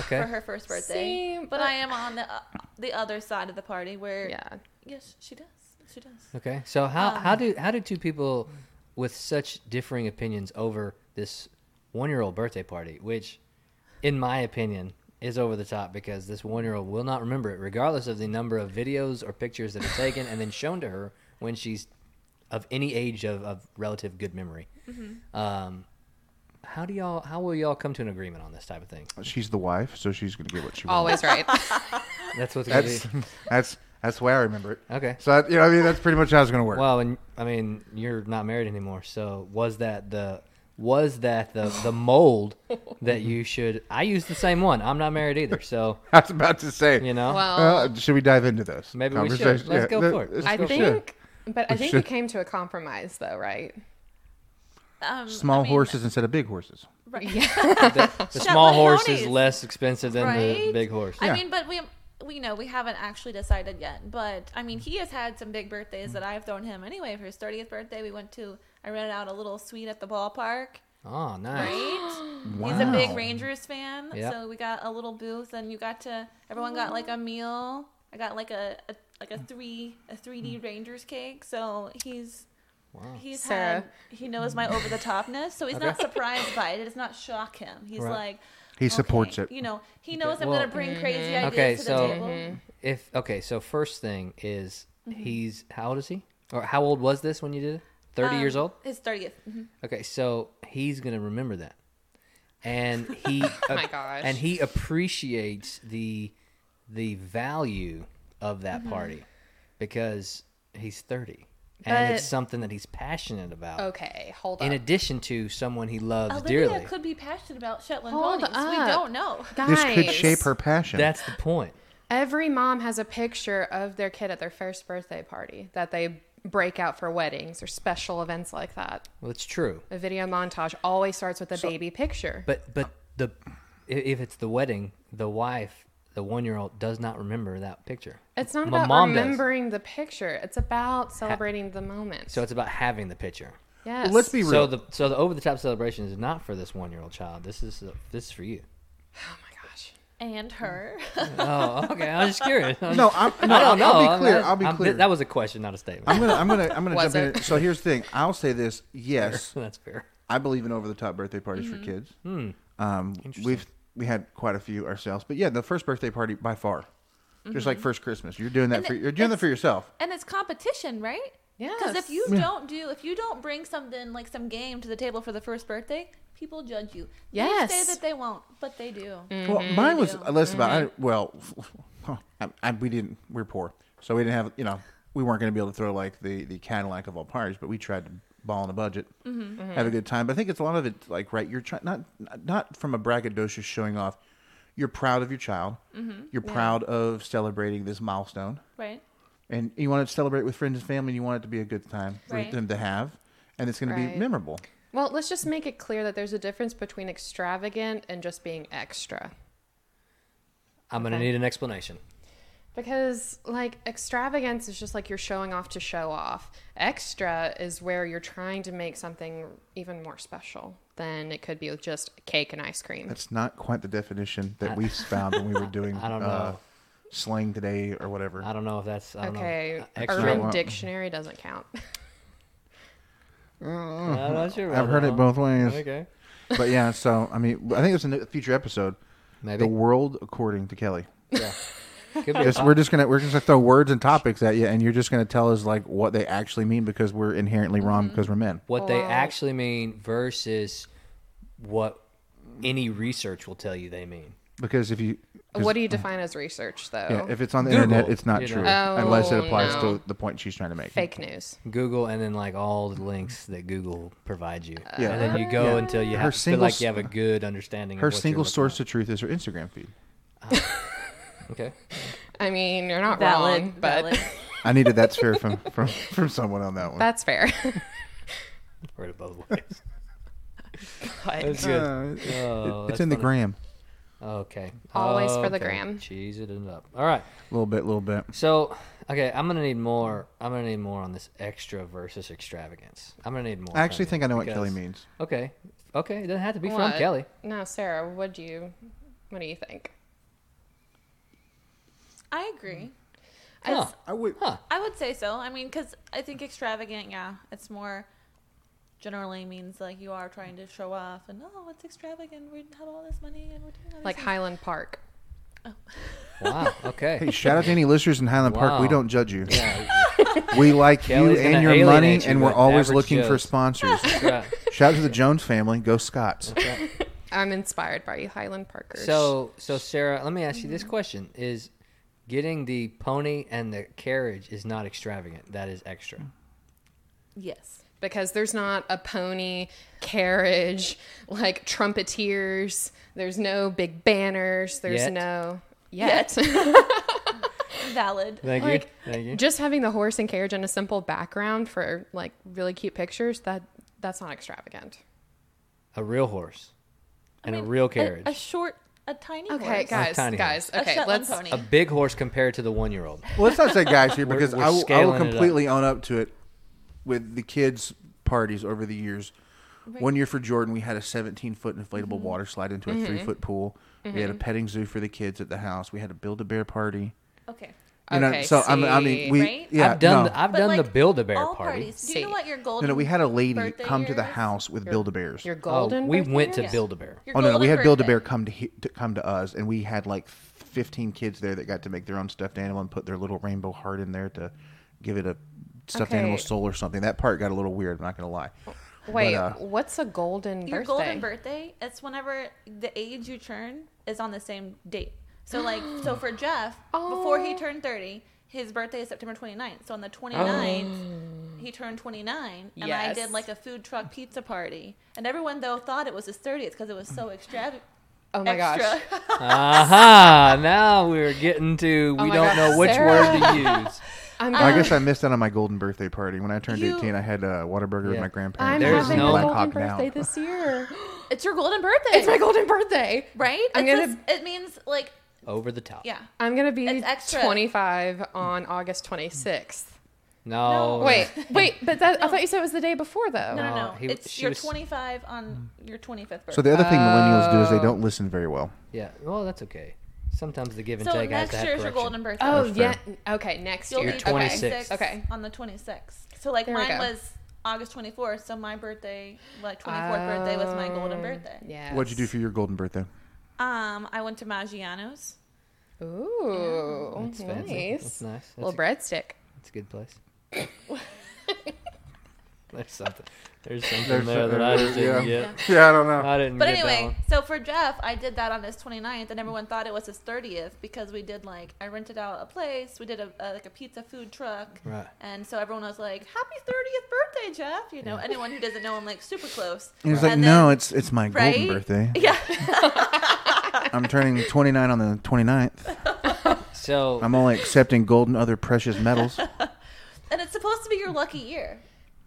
A: Okay.
C: for her first birthday.
D: See,
C: but,
D: but-
C: I am on the uh, the other side of the party where
D: yeah.
C: yes, she does. She does.
A: Okay. So how how do how do two people with such differing opinions over this one year old birthday party, which, in my opinion, is over the top because this one year old will not remember it, regardless of the number of videos or pictures that are taken and then shown to her when she's of any age of, of relative good memory. Um, how do y'all? How will y'all come to an agreement on this type of thing?
B: She's the wife, so she's gonna get what she wants.
D: Always right.
A: That's what's gonna
B: That's
A: be.
B: that's that's the way I remember it.
A: Okay.
B: So I, you know, I mean, that's pretty much how it's gonna work.
A: Well, and I mean, you're not married anymore. So was that the was that the the mold that you should? I use the same one. I'm not married either. So
B: I was about to say.
A: you know,
D: Well,
B: Uh, should we dive into this?
A: Maybe we should.
B: conversation?
A: Let's go
B: let-
A: for it.
B: let's
D: I
B: go for
D: think,
B: it.
D: but I think
B: Sure.
D: we came to a compromise, though, right?
C: Um,
B: small
C: I mean,
B: horses instead of big horses.
A: the, the small horse
C: ponies.
A: is less expensive than the
C: Right?
A: big horse.
B: Yeah.
C: I mean, but we we know we haven't actually decided yet. But I mean, he has had some big birthdays that I've thrown him anyway. For his thirtieth birthday, we went to I rented out a little suite at the ballpark.
A: Oh, nice.
C: Right?
B: Wow.
C: He's a big Rangers fan,
A: Yep.
C: so we got a little booth, and you got to everyone got like a meal. I got like a, a like a three a three D Rangers cake. So he's he's
D: Sarah.
C: had he knows my over the topness, so he's not surprised by it. It does not shock him. He's
A: Right.
C: like
B: He supports
C: okay,
B: it.
C: You know, he knows I'm
A: Well,
C: gonna bring crazy ideas
A: Okay,
C: to
A: so-
C: the table. Mm-hmm.
A: If okay, so first thing is he's how old is he? Or how old was this when you did it? Thirty years
C: Um,
A: old.
C: His thirtieth.
A: Okay, so he's gonna remember that, and he
D: Oh my gosh.
A: and he appreciates the the value of that
D: Mm-hmm.
A: party because he's thirty and it's
D: But-
A: something that he's passionate about.
D: Okay, hold
A: In
D: up.
A: addition to someone he loves
C: Olivia
A: dearly,
C: could be passionate about Shetland
D: Hold
C: ponies. We
D: up.
C: don't know.
B: This could
D: Guys,
B: shape her passion.
A: that's the point.
D: Every mom has a picture of their kid at their first birthday party that they break out for weddings or special events like that.
A: Well, it's true,
D: A video montage always starts with a baby picture.
A: but but the i- if it's the wedding, the wife, the one year old does not remember that picture.
D: It's not
A: My
D: about
A: mom does.
D: remembering the picture. It's about celebrating the moment.
A: So it's about having the picture.
D: yes.
B: Well, let's be real.
A: So the so the over the top celebration is not for this one year old child. This is uh, this is for you.
D: Oh my gosh.
C: And her.
A: Oh, okay. I was just curious. I was
B: no,
A: just-
B: I'm, no, I
A: don't know.
B: will
A: I'm-
B: be clear.
A: I'm-
B: I'll be
A: I'm-
B: clear.
A: That was a question, not a statement.
B: I'm gonna, I'm gonna, I'm gonna
D: Was
B: jump in.
D: it?
B: it. So here's the thing. I'll say this. Yes,
A: That's fair.
B: I believe in over the top birthday parties
C: Mm-hmm.
B: for kids.
A: Hmm.
B: Um, we've we had quite a few ourselves, but yeah, the first birthday party by far, just like first Christmas, you're doing that
C: Mm-hmm. And
B: for
C: it-
B: you're doing that
C: it's-
B: for yourself.
C: and it's competition, right? Because if
D: Yes.
C: you don't do, if you don't bring something like some game to the table for the first birthday, people judge you. They
D: Yes.
C: say that they won't, but they do.
B: Well, mine was
C: do.
B: less about. I, well, I, I, we didn't. We are poor, so we didn't have. You know, we weren't going to be able to throw like the the Cadillac of all parties, but we tried to ball on a budget, have a good time. But I think it's a lot of it like right. You're trying not not from a braggadocious showing off. You're proud of your child. You're proud of celebrating this milestone,
C: Right.
B: and you want to celebrate with friends and family. and You want it to be a good time for
C: Right.
B: them to have, and it's going to
D: Right.
B: be memorable.
D: Well, let's just make it clear that there's a difference between extravagant and just being extra.
A: I'm gonna
D: Okay.
A: need an explanation.
D: Because, like, extravagance is just like you're showing off to show off. Extra is where you're trying to make something even more special than it could be with just cake and ice cream.
B: That's not quite the definition that we found when we were doing
A: I don't
B: uh,
A: know.
B: slang today or whatever.
A: I don't know if that's I don't
D: okay,
A: know. Uh, Extra.
D: Urban
B: Well-
D: Dictionary doesn't count.
A: I'm not sure
B: I've
A: about
B: heard
A: that
B: it
A: one.
B: both ways.
A: Okay,
B: But yeah, so I mean, I think it's a new- future episode.
A: maybe.
B: The world according to Kelly.
A: yeah. Could be a
B: Yes,
A: po-
B: we're just gonna we're just gonna throw words and topics at you, and you're just gonna tell us like what they actually mean because we're inherently
A: Mm-hmm.
B: wrong because we're men.
A: what they
D: Wow.
A: actually mean versus what any research will tell you they mean.
B: Because if you, 'cause-
D: what do you define as research, though?
B: yeah, if it's on the
A: Google,
B: internet, it's not
A: you know.
B: true
D: Oh,
B: unless it applies
D: no.
B: to the point she's trying to make.
D: Fake news.
A: Google and then like all the links that Google provides you.
B: Yeah.
A: And then you go
B: Yeah.
A: until you
B: Her
A: have, feel
B: single
A: like
B: s-
A: you have a good understanding
B: Her
A: of what you're
B: single
A: looking
B: source of truth is her Instagram feed.
A: at. Okay.
D: I mean, you're not
C: Valid.
D: wrong, but
C: valid.
B: I needed that's fair from from from someone on that one.
D: that's fair.
A: Heard it both ways.
D: But-
A: That's good.
B: Uh, it-
A: Oh,
B: it's
A: that's
B: in the
A: funny.
B: gram.
A: Okay.
D: Always for the
A: Okay.
D: gram.
A: Cheese it up. All right.
B: A little bit, a little bit.
A: So, okay, I'm gonna need more. I'm gonna need more on this extra versus extravagance. I'm gonna need more.
B: I actually
A: from
B: think
A: you
B: I know what
A: because-
B: Kelly means.
A: Okay, okay, it doesn't have to be from
D: What?
A: Kelly.
D: No, Sarah, what do you what do you think?
C: I agree.
A: Huh.
B: I would.
A: Huh.
C: I would say so. I mean, because I think extravagant, yeah, it's more generally means like you are trying to show off and oh, it's extravagant. We have all this money and we're doing all these
D: Like
C: things."
D: Highland Park.
A: Wow. Okay.
B: Hey, shout out to any listeners in Highland Park. We
A: Wow.
B: don't judge you.
A: Yeah.
B: We like
A: Kelly's
B: you
A: gonna
B: and your
A: alienate
B: money,
A: you
B: and we're
A: with
B: always
A: average
B: looking for
A: Joes.
B: sponsors.
A: that's right.
B: shout out to the Jones family. Go Scots.
D: I'm inspired by you, Highland Parkers.
A: So, so Sarah, let me ask you this question: Is getting the pony and the carriage is not extravagant? That is extra.
C: yes,
D: because there's not a pony carriage, like trumpeteers. There's no big banners. There's
A: Yet.
D: no yet.
C: valid.
A: Thank
D: Like,
A: you. Thank you.
D: Just having the horse and carriage and a simple background for like really cute pictures that that's not extravagant.
A: A real horse and
C: I mean,
A: a real carriage.
C: A, short, a tiny.
D: Okay,
C: horse.
D: guys,
A: tiny
D: guys.
C: A
D: Okay,
C: Shetland
D: let's.
C: pony.
A: a big horse compared to the one-year-old.
B: Well, let's not say guys here because
A: we're
B: I, will, I will
A: scaling it up.
B: completely own up to it with the kids' parties over the years. One year for Jordan, we had a 17 foot inflatable
D: Mm-hmm.
B: water slide into a three foot pool. We had a petting zoo for the kids at the house. We had a build a bear party.
C: Okay.
B: You know,
D: Okay,
B: so I mean, I
D: see.
B: mean, we
C: Right?
B: yeah,
A: I've done.
B: no.
A: The, I've
C: But,
A: done the
C: like,
A: Build-A-Bear
C: all
A: party.
C: parties. Do you know
D: See.
C: what your golden?
B: no, no, we had a lady
C: birthday
B: come to the
C: years?
B: house with build a bears.
D: Your
A: Oh,
D: golden.
A: we went to
D: birthday?
A: Build-A-Bear.
C: Your
B: Oh no, no,
C: golden
B: we had Build a
C: birthday.
B: Bear come to, he, to come to us, and we had like fifteen kids there that got to make their own stuffed animal and put their little rainbow heart in there to give it a stuffed
D: Okay.
B: animal soul or something. That part got a little weird. I'm not gonna lie.
D: Wait,
B: But, uh,
D: what's a golden
C: Your
D: birthday?
C: golden birthday, it's whenever the age you turn is on the same date. So like so for Jeff, before he
D: Oh.
C: turned 30, his birthday is September 29th. So on the 29th, he turned 29 and I
D: Oh. Yes.
C: did like a food truck pizza party. And everyone though thought it was his 30th cuz it was so extravagant.
D: oh my gosh.
C: extra.
A: Aha! Now we're getting to we
D: Oh my
A: don't
D: gosh,
A: know which word to use.
D: I'm
B: I guess I missed out on my golden birthday party. When I turned
C: You-
B: 18, I had a Whataburger with
A: Yeah.
B: my
D: I'm
B: grandparents.
A: There's
D: having
A: no-
D: a
A: Black
D: golden
B: Hawk Down.
D: birthday this year.
C: It's your golden birthday.
D: it's my golden birthday.
C: right?
D: I'm
C: It's
D: gonna-
C: just- it means like
A: Over the top.
C: yeah.
D: I'm gonna be
C: It's extra.
D: 25 on August 26th.
A: No.
C: No.
D: Wait, wait, but that, I thought you said it was the day before though.
C: No, no,
A: No,
C: no.
A: he-
C: it's
A: she
C: you're
A: was-
C: 25 on
D: Mm.
C: your 25th birthday.
B: So the other thing millennials do is they
D: Oh.
B: don't listen very well.
A: Yeah. Well, that's okay. Sometimes the give and
C: so
A: take has
C: next
A: to have
C: year's your
A: correction.
C: golden birthday.
D: Oh
B: That's
D: yeah.
B: fair.
D: Okay, next
C: You'll
D: year.
C: be
A: You're
C: 26
A: 26.
D: Okay.
C: on the 26th. So like
D: There we
C: mine
D: go.
C: was August 24th, so my birthday, like 24th birthday was my
D: Oh. Um,
C: golden birthday.
D: Yeah.
B: What'd you do for your golden birthday?
C: Um, I went to Maggiano's.
D: Ooh,
A: That's fancy.
D: nice.
A: That's nice. That's,
D: Little breadstick.
A: that's a good place. There's something. There's something
B: There's
A: there that I just
B: something there,
A: didn't
C: yeah.
A: get.
B: Yeah, I don't know.
A: I didn't
C: But
A: get that
C: anyway,
A: one.
C: so for Jeff, I did that on his 29th, and everyone thought it was his 30th because we did like I rented out a place, we did a, a like a pizza food truck,
A: Right.
C: and so everyone was like, "Happy 30th birthday, Jeff!" You know,
A: Yeah.
C: anyone who doesn't know, I'm like super close.
B: He was like,
C: And
B: no, it's it's my golden
C: Right?
B: birthday.
C: then- yeah,
B: I'm turning 29 on the 29th.
A: So
B: I'm only accepting gold and other precious metals.
C: and it's supposed to be your lucky year.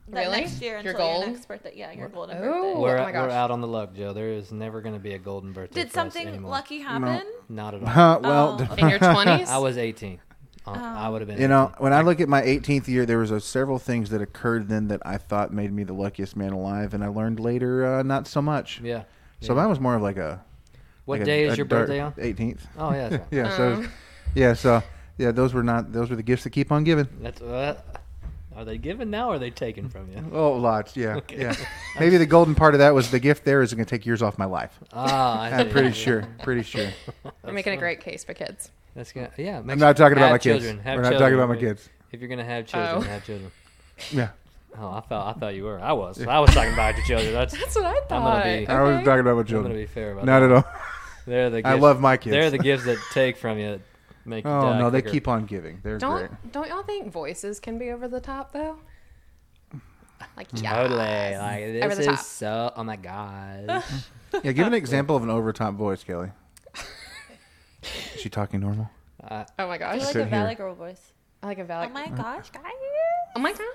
C: That
D: Really?
C: Next year until
D: Your
C: your,
D: gold?
C: next birthday. Yeah, your golden
D: Oh.
C: birthday.
A: we're,
D: my
A: we're
D: gosh.
A: out on the luck, Joe. There is never going to be a golden birthday. for
C: Did
A: us
C: something
A: anymore.
C: lucky happen?
A: Not at all.
B: Huh, well,
C: Oh,
D: in your 20s?
A: I was 18. Um, I
D: Oh.
A: would have been.
B: you know,
A: 18.
B: when I look at my 18th year, there was uh, several things that occurred then that I thought made me the luckiest man alive, and I learned later uh, not so much.
A: yeah.
B: So
A: yeah.
B: mine was more of like a.
A: what
B: like a-
A: day
B: a
A: is your
B: dark-
A: birthday on?
B: 18th.
A: Oh yeah, that's right.
B: Yeah. So, yeah. So, yeah. Those were not. Those were the gifts that keep on giving.
A: That's uh, are they given now or are they taken from you?
B: Oh, lots. Yeah.
A: Okay.
B: Yeah. Maybe the golden part of that was the gift. There is going to take years off my life.
A: Ah, I
B: I'm
A: see.
B: pretty sure. Pretty sure.
D: You're making a great case for kids.
A: That's gonna yeah.
B: I'm not talking about my kids.
A: children. Have
B: We're not talking
A: children.
B: about my kids.
A: If you're gonna have children,
D: Oh.
A: have children.
B: Yeah.
A: Oh, I thought I thought you were. I was. I was talking about your children. That's
D: That's what I thought.
A: gonna be-
B: I was
D: Okay.
B: talking about my
A: I'm gonna
B: children.
A: be fair about
B: Not
A: that.
B: at all.
A: They're the. Gifts,
B: I love my kids.
A: They're the gifts that take from you. that Make you
B: Oh
A: die
B: no, they
A: quicker.
B: keep on giving. They're
D: Don't
B: great.
D: don't y'all think voices can be over the top though? Like yeah,
A: Totally. Like
D: Over
A: this
D: the
A: is
D: top.
A: so. Oh my gosh.
B: Yeah, give an example of an overtop voice, Kelly. Is she talking normal?
A: I,
D: Oh my
C: I
D: gosh,
B: Sit
C: feel like a
B: here.
C: valley girl voice.
D: I like a
C: Oh
D: valley.
C: my gosh, guys!
D: Oh my god.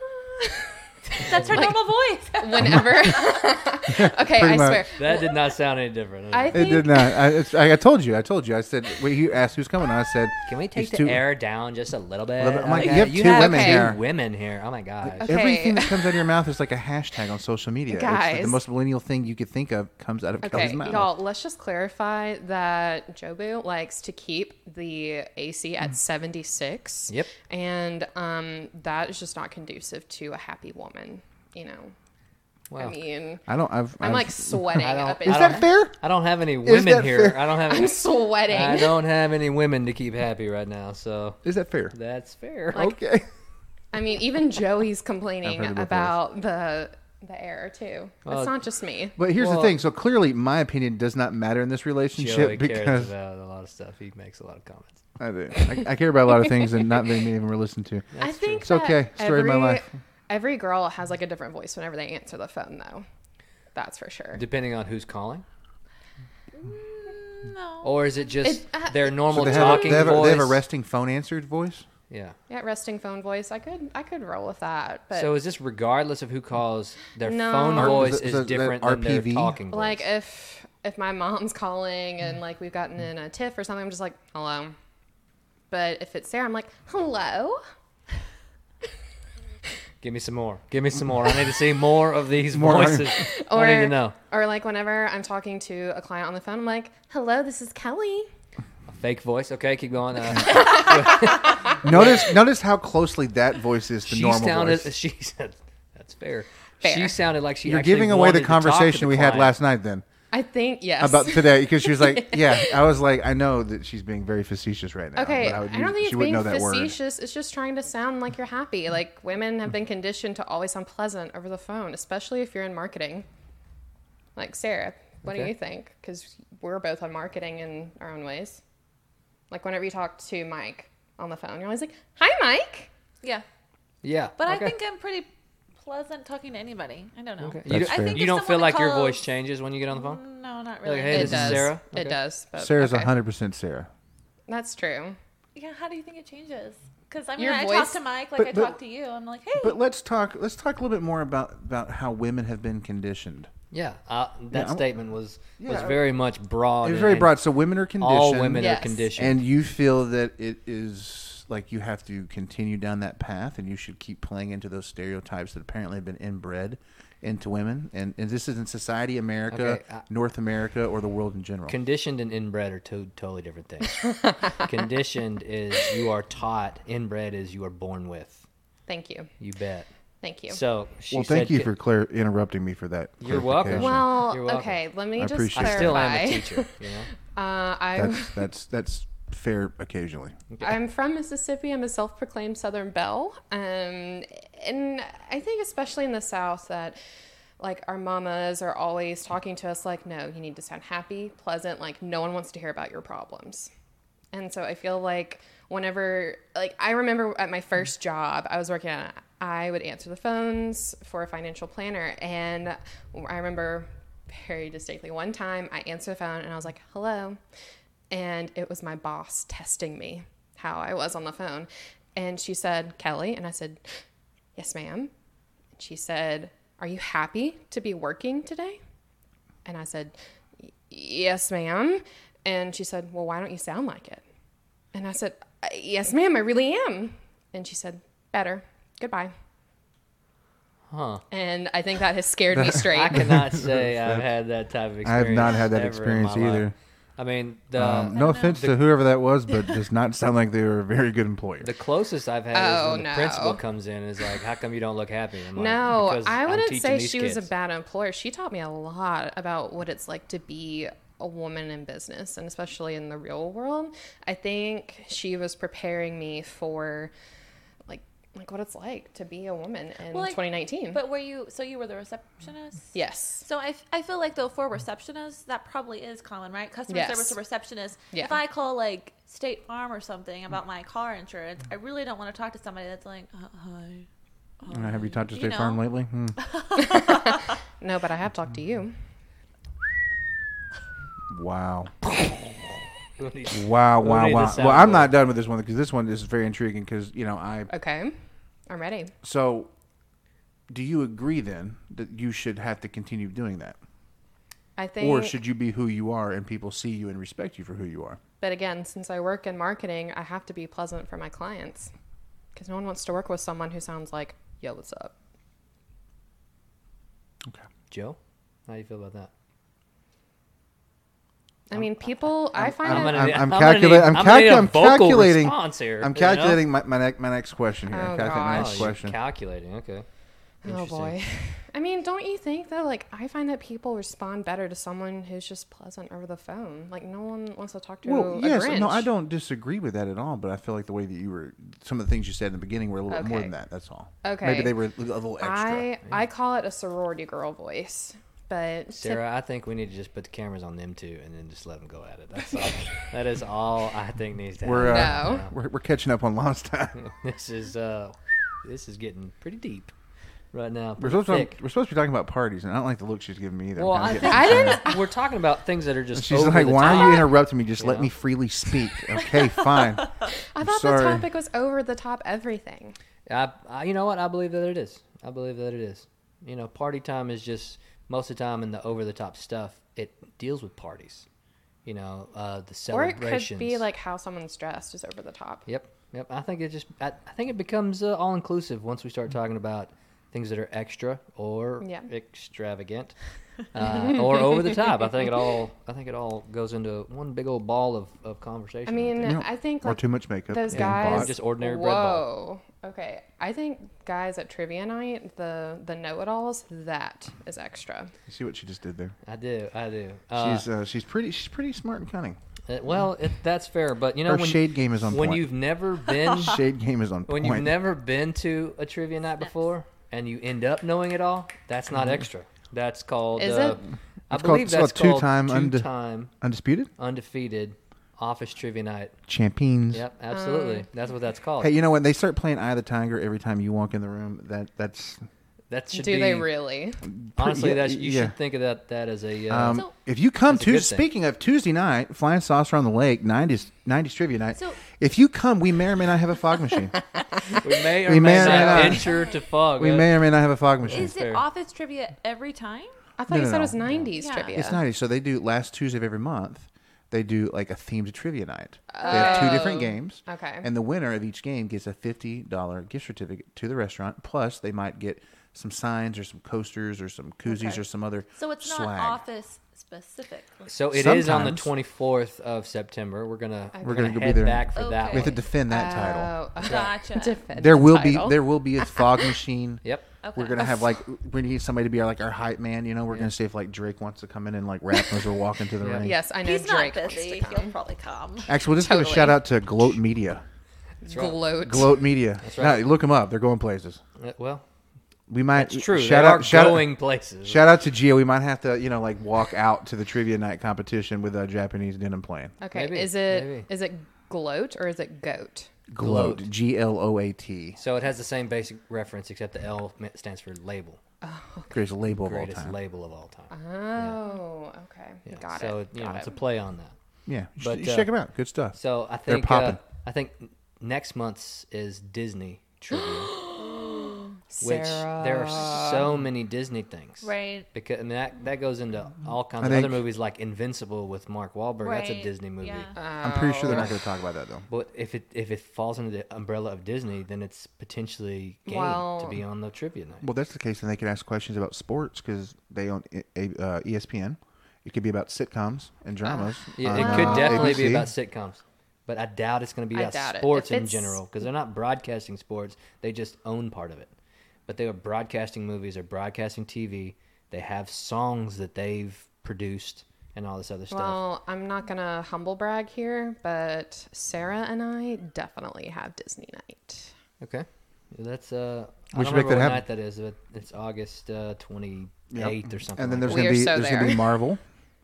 C: That's her normal voice.
D: Whenever. okay,
B: pretty
D: I swear.
B: much.
A: that did not sound any different.
D: I
B: It
D: think
B: did not. I, it's, I, I told you. I told you. I said when you asked who's coming, I said,
A: Can we take
B: these
A: the
B: two-
A: air down just a little bit?
B: Little bit- I'm like,
A: Like,
B: you have two
D: women
B: here.
A: women here. Oh my gosh.
D: Okay.
B: Everything that comes out of your mouth is like a hashtag on social media. It's like the
D: Guys.
B: most millennial thing you could think of comes out of Kelly's
D: Okay,
B: mouth.
D: y'all, let's just clarify that Jobu likes to keep the AC
B: Mm.
D: at 76.
A: Yep.
D: And um, that is just not conducive to a happy woman, you know.
A: Wow.
D: I mean,
B: I don't. I've,
D: I'm
B: I've-
D: like sweating
A: I don't-
D: up in
B: Is
A: I
D: here.
B: that fair?
A: I don't have any women
B: that
A: here.
B: fair?
A: I don't have
D: I'm
A: any.
D: sweating.
A: I don't have any women to keep happy right now. So
B: Is that fair?
A: that's fair.
B: okay.
D: I mean, even Joey's
B: I've
D: complaining
B: heard about
D: about the the air too.
A: Well,
D: it's not just me.
B: But here's
A: Well-
B: the thing. So clearly, my opinion does not matter in this
A: Joey cares
B: relationship because
A: about a lot of stuff. He makes a lot of comments.
B: I, do. I, I care about a lot of things, and not very many of them were listened to.
D: I think
B: It's okay.
D: that
B: Story of
D: every,
B: my life.
D: Every girl has like a different voice whenever they answer the phone, though. That's for sure.
A: Depending on who's calling,
C: no.
A: or is it just
D: It- uh,
A: their normal
B: they, have a,
A: talking
B: they, have a,
A: voice?
B: they have a resting phone answered voice.
A: yeah.
D: Yeah, resting phone voice. I could I could roll with that, but
A: so is this regardless of who calls? Their
D: No.
A: phone
D: Or-
A: voice
B: is it-
A: is
B: is it
A: different
B: that
A: than their
B: RPV?
A: talking voice. Mm.
D: like uh, if if my mom's calling and like we've gotten in a tiff or something, I'm just like hello. But if it's Sarah, I'm like hello.
A: Give me some more. Give me some more. I need to see more of these
B: More.
A: voices. I need to know.
D: Or like whenever I'm talking to a client on the phone, I'm like hello, this is Kelly.
A: Fake voice. Okay, keep going. Uh,
B: Notice, notice how closely that voice is to
A: she
B: normal
A: sounded.
B: voice.
A: She said, "That's fair." She
D: Fair.
A: sounded like she.
B: You're
A: actually
B: giving away
A: wanted
B: the
A: to talk to
B: conversation
A: the
B: we had
A: client.
B: last night. Then
D: I think yes.
B: about today because she was like, "Yeah, I was like, I know that she's being very facetious right now."
D: Okay,
B: but
D: I,
B: would
D: don't
B: use-
D: think
B: she
D: it's
B: wouldn't
D: being
B: know that word.
D: facetious. It's just trying to sound like you're happy. Like women have been conditioned to always sound pleasant over the phone, especially if you're in marketing. Like Sarah, what do
A: Okay.
D: you think? Because we're both on marketing in our own ways. Like whenever you talk to Mike on the phone, you're always like, "Hi, Mike."
C: Yeah,
A: Yeah,
C: but
A: okay.
C: I think I'm pretty pleasant talking to anybody. I don't know.
A: Okay. You,
B: That's fair.
A: don't-
B: I think
A: you
C: if
A: don't feel
C: someone
A: like your
C: calls- Mm.
A: voice changes when you get on the phone.
C: No, not really.
A: Like, hey,
D: it
A: this is
D: does.
A: Sarah?
D: It
A: Okay.
D: does. But,
B: Sarah's
D: okay.
B: 100% Sarah.
D: That's true.
C: Yeah, how do you think it changes? Because I mean,
D: Your
C: I
D: voice-
C: talk to Mike like
B: But-
C: I
B: but-
C: talk to you. I'm like, hey,
B: But let's talk. Let's talk a little bit more about about how women have been conditioned.
A: Yeah, uh, that
B: I-
A: statement was was
B: Yeah, I-
A: very much broad.
B: It was
A: and-
B: very
A: and
B: broad. So women are conditioned.
A: All women
D: Yes.
A: are conditioned.
B: And you feel that it is like you have to continue down that path, and you should keep playing into those stereotypes that apparently have been inbred into women. And, and this isn't society, America,
A: Okay, I-
B: North America, or the world in general.
A: Conditioned and inbred are two totally different things. Conditioned is you are taught. Inbred is you are born with.
D: Thank you.
A: You bet.
D: Thank you.
A: So she
B: well, thank
A: said
B: you
A: co-
B: for clear, interrupting me for that.
A: You're welcome.
B: clarification.
D: well,
A: You're welcome.
D: okay. Let me
B: I
D: just
B: appreciate it.
A: I
D: clarify.
A: still am a teacher. You know.
D: Uh, I'm
B: that's that's that's fair occasionally.
D: I'm from Mississippi. I'm a self-proclaimed Southern belle, um, and I think especially in the South that like our mamas are always talking to us like, no, you need to sound happy, pleasant, like no one wants to hear about your problems. And so I feel like whenever, like, I remember at my first job, I was working on, I would answer the phones for a financial planner. And I remember very distinctly one time I answered the phone and I was like, hello. And it was my boss testing me how I was on the phone. And she said, Kelly. And I said, yes, ma'am. And she said, are you happy to be working today? And I said, "Y- yes, ma'am. And she said, Well, why don't you sound like it? And I said, "Uh, Yes, ma'am, I really am. And she said, Better. Goodbye.
A: Huh.
D: And I think that has scared me straight.
A: I cannot say I've had that type of experience.
B: I have not had that
A: ever in
B: experience
A: my life.
B: either.
A: I mean, the
B: Um, no offense to whoever that was, but does not sound like they were a very good employer.
A: the closest I've had is
D: Oh,
A: when the
D: no.
A: principal comes in and is like, "How come you don't look happy?" I'm like,
D: no,
A: "Because
D: I
A: I'm
D: wouldn't
A: teaching
D: say
A: these
D: she was
A: kids."
D: a bad employer. She taught me a lot about what it's like to be a woman in business and especially in the real world. I think she was preparing me for like like what it's like to be a woman in
C: Well, like,
D: 2019.
C: But were you? So you were the receptionist.
D: yes.
C: So I, f- I feel like though for receptionists that probably is common, right? Customer
D: Yes.
C: service to receptionist.
D: Yeah.
C: If I call like State Farm or something about my car insurance, I really don't want to talk to somebody that's like, uh, hi.
B: Uh, have you talked to
C: You
B: State Farm
C: know.
B: lately? Hmm.
D: No, but I have talked to you.
B: Wow.
A: Wow,
B: Wow, wow,
A: need
B: wow.
A: the
B: Well, I'm
A: soundboard.
B: not done with this one because this one is very intriguing because, you know, I.
D: Okay. I'm ready.
B: So, do you agree then that you should have to continue doing that?
D: I think
B: Or should you be who you are and people see you and respect you for who you are?
D: but again, since I work in marketing, I have to be pleasant for my clients cuz no one wants to work with someone who sounds like, "Yo, what's up?"
B: Okay.
A: Joe, how do you feel about that?
D: I mean, people I find
A: I'm
D: it-
A: gonna-
B: I'm,
A: I'm
B: I'm,
A: gonna
B: calculating.
A: need-
B: I'm,
A: I'm gonna need
B: calcu-
A: a
B: I'm
A: vocal
B: calculating.
A: response here,
B: I'm
A: you know?
B: calculating my, my, next, my next question here.
D: Oh,
B: I'm calculating my
A: Oh,
D: gosh.
B: next
A: you're
B: question.
A: calculating. Okay.
D: Oh
A: Interesting.
D: boy. I mean, don't you think though? Like, I find that people respond better to someone who's just pleasant over the phone. Like, no one wants to talk to
B: Well,
D: a
B: yes,
D: Grinch.
B: no, I don't disagree with that at all. But I feel like the way that you were, some of the things you said in the beginning were a little bit more
D: Okay.
B: than that. That's all.
D: Okay.
B: Maybe they were a little extra.
D: I I call it a sorority girl voice, but
A: Sarah, I think we need to just put the cameras on them two and then just let them go at it. That's all. that is all I think needs to happen.
B: We're, uh,
D: No.
B: we're we're catching up on lost time.
A: this is uh, this is getting pretty deep right now.
B: We're
A: Pretty
B: supposed, to,
A: thick.
B: we're supposed to be talking about parties, and I don't like the look she's giving me either.
A: well,
B: I'm
A: I,
B: kinda
A: think
B: getting-
D: I didn't.
A: we're talking about things that are just.
B: She's
A: over
B: like,
A: the
B: "Why
A: top."
B: are you interrupting me? Just let
A: Yeah.
B: me freely speak." Okay, fine.
D: I thought
B: sorry.
D: the topic was over the top everything.
A: I, I, you know what? I believe that it is. I believe that it is. You know, party time is just most of the time in the over the top stuff. It deals with parties. You know, uh, the
D: Or it
A: celebrations.
D: could be like how someone's dressed is over the top.
A: Yep, yep. I think it just. I, I think it becomes uh, all inclusive once we start talking about things that are extra or
D: Yeah.
A: extravagant uh, or over the top. I think it all. I think it all goes into one big old ball of, of conversation.
D: I mean,
B: Yeah.
D: I think
B: Or
D: like
B: too much makeup.
D: those
B: getting bought.
D: guys
A: Just ordinary
D: whoa.
A: bread ball.
D: Okay, I think guys at trivia night, the the know it alls, that is extra.
B: You see what she just did there?
A: I do, I do. Uh,
B: she's uh, she's pretty she's pretty smart and cunning.
A: uh, well, it, that's fair, but you know
B: Her
A: when
B: shade game is on
A: when
B: point.
A: you've never been
B: Shade game is on
A: when
B: point.
A: you've never been to a trivia night before and you end up knowing it all. That's not extra. That's called. uh,
D: Is it?
A: I
B: Mm-hmm. It's called-
A: believe
B: it's called
A: that's called
B: two-time unde-
A: two-time
B: Undisputed
A: undefeated office trivia night.
B: champions.
A: Yep, absolutely.
D: Uh,
A: that's what that's called.
B: Hey, you know when they start playing "Eye of the Tiger" every time you walk in the room, that that's
A: that should
D: Do
A: be
D: they really?
A: honestly.
B: yeah,
A: That you
B: yeah.
A: should think of that that as a. Uh,
B: um,
C: So-
B: if you come
A: That's a good
B: to
A: thing.
B: speaking of Tuesday night flying saucer on the lake 90s 90s trivia night.
C: So-
B: if you come, we may or may not have a fog machine.
A: we may or
B: we
A: may,
B: may or may
A: not
B: not.
A: venture to fog.
B: we
A: uh,
B: may or may not have a fog machine.
C: Is
A: fair.
C: it office trivia every time?
D: I thought
B: No,
D: you
B: no, no.
D: said it was 90s
C: Yeah.
D: trivia.
B: It's 90s, so they do last Tuesday of every month. They do like a themed trivia night. They have two different games.
D: Okay.
B: And the winner of each game gets a $50 gift certificate to the restaurant. Plus, they might get some signs or some coasters or some koozies or some other
C: So it's not
B: swag.
C: office specific.
A: So it is on the
B: Sometimes.
A: twenty fourth of September. We're gonna we're
B: gonna
A: gonna,
B: go be
A: head
B: there.
A: back for that.
B: We
A: One.
B: have to defend that title.
D: Oh, okay.
C: Gotcha.
D: Defend
B: There
D: the
B: will
D: title.
B: be there will be a fog machine.
A: Yep.
B: We're gonna have like we need somebody to be our, like our hype man. You know, we're gonna see if like Drake wants to come in and like rap as we're walking to the
A: Yeah.
B: ring.
D: Yes, I know
C: He's
D: Drake
C: not
D: wants to
C: busy.
D: come.
C: He'll probably come.
B: Actually, we'll just give a
D: Totally.
B: shout out to Gloat Media.
A: right.
D: Gloat.
B: Gloat Media.
A: right.
B: No, look them up. They're going places.
A: Uh, Well,
B: We might
A: It's true.
B: Shout
A: they
B: out,
A: are
B: shout
A: going
B: out,
A: places.
B: shout out to Gia. We might have to, you know, like walk out to the trivia night competition with a Japanese denim plan.
D: Okay,
A: Maybe,
D: is it is
A: maybe.
D: it gloat or is it goat?
B: Gloat, G L O A T,
A: so it has the same basic reference, except the L ma- stands for label,
B: greatest label of all
A: greatest
B: time.
A: label of all time.
D: Oh, okay,
A: Yeah.
D: Uh-huh. got
A: so
D: it.
A: you
D: got
A: know, it's a
D: it.
A: play on that.
B: yeah, you should-
A: But,
B: you should
A: uh,
B: check them out. Good stuff.
A: So I
B: They're
A: think uh,
B: popping.
A: I think next month's is Disney trivia, which
D: Sarah.
A: there are so many Disney things,
C: Right.
A: Because and that that goes into all kinds
B: I
A: of
B: think-
A: other movies, like Invincible with Mark Wahlberg. That's a
C: Right,
A: Disney movie.
C: Yeah.
B: I'm
D: Um,
B: pretty sure they're
A: uh,
B: not going to talk about that though.
A: But if it if it falls under the umbrella of Disney, then it's potentially game
D: Well-
A: to be on the trivia night.
B: Well, that's the case, and they can ask questions about sports because they own I- A- uh, ESPN. It could be about sitcoms and dramas.
A: Ah, Yeah,
B: on,
A: it
B: uh,
A: could definitely be
B: ABC.
A: about sitcoms, but I doubt it's going to be
D: I
A: about
D: doubt it.
A: sports
D: If
A: in
D: it's-
A: general because they're not broadcasting sports; they just own part of it. But they are broadcasting movies, or broadcasting TV. They have songs that they've produced and all this other stuff.
D: Well, I'm not gonna humble brag here, but Sarah and I definitely have Disney night.
A: okay, that's uh, I
B: We
A: don't
B: should make
A: remember
B: that
A: what
B: happen.
A: night that is, but it's August twenty eighth
B: Yep.
A: or something.
B: And then there's
A: like
B: going
D: We
B: to
D: are
B: be there's
D: so
B: going to be
D: there.
B: Marvel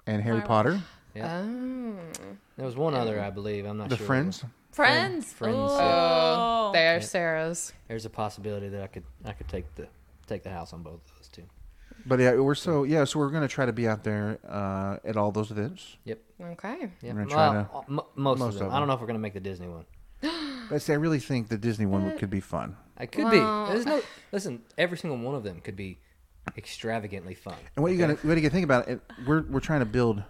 B: and Harry
C: Marvel.
B: Potter,
A: Yeah.
D: Oh,
A: that. there was one other, I believe. I'm not
B: the
A: sure.
B: Friends.
C: Friends.
A: Friends,
C: Ooh.
D: oh there's Sarah's.
A: There's a possibility that I could I could take the take the house on both of those two.
B: But yeah, we're so yeah, so we're going to try to be out there uh, at all those events.
A: Yep.
D: Okay.
A: Yeah.
B: We're gonna try
A: Well, m- most,
B: most
A: of them.
B: of
A: I
B: them.
A: don't know if we're gonna make the Disney one.
B: But see, I really think the Disney one could be fun,
A: It could
D: Well-
A: be. There's no. Listen, every single one of them could be extravagantly fun.
B: and what you got to what you got to think about it. We're we're trying to build,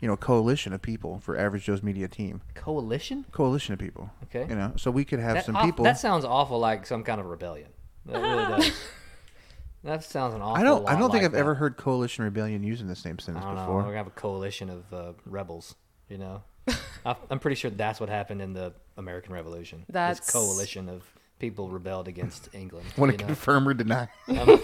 B: you know, a coalition of people for Average Joe's Media Team.
A: Coalition?
B: Coalition of people.
A: Okay.
B: You know, so we could have
A: That,
B: some
A: aw-
B: people.
A: that sounds awful like some kind of rebellion. That really does. That sounds an awful.
B: I don't.
A: Lot
B: I don't think
A: like
B: I've
A: that.
B: ever heard coalition rebellion used in the same
A: I
B: sentence
A: don't know. We're
B: before.
A: gonna have a coalition of uh, rebels. You know, I- I'm pretty sure that's what happened in the American Revolution. This
D: That's-
A: coalition of people rebelled against England.
B: Want
A: you
B: to
A: know?
B: confirm or deny?
A: I'm-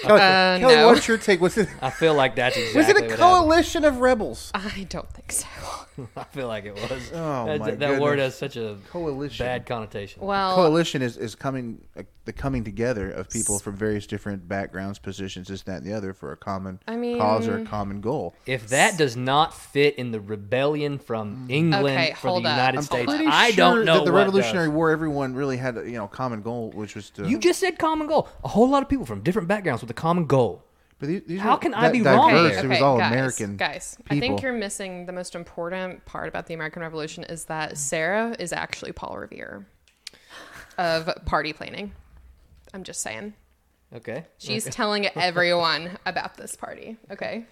B: Kelly,
D: Uh,
B: Kelly,
D: no.
B: what's your take? Was it
A: I feel like that's exactly.
B: was it a
A: what happened.
B: coalition of rebels?
D: I don't think so.
A: I feel like it was.
B: Oh,
A: that,
B: my
A: that word
B: goodness.
A: has such a
B: Coalition.
A: bad connotation.
D: Well,
B: coalition is is coming uh, the coming together of people from various different backgrounds, positions, this, that, and the other for a common
D: I mean-
B: cause or a common goal.
A: If that does not fit in the rebellion from England
D: Mm. Okay,
A: for the
D: hold up.
A: United
D: I'm
A: States,
B: Pretty
A: I
B: sure
A: don't know
B: that the
A: what
B: Revolutionary War. Everyone really had a, you know common goal, which was to.
A: does. You just said common goal. A whole lot of people from different backgrounds with a common goal.
B: but these, these
A: how
B: were
A: can I
B: that
A: be
B: diverse.
A: wrong
D: Okay,
A: here?
B: It was
D: okay,
B: all
D: guys,
B: American
D: guys. I
B: people.
D: think you're missing the most important part about the American Revolution is that Sarah is actually Paul Revere of party planning. I'm just saying.
A: Okay,
D: She's telling everyone about this party. Okay.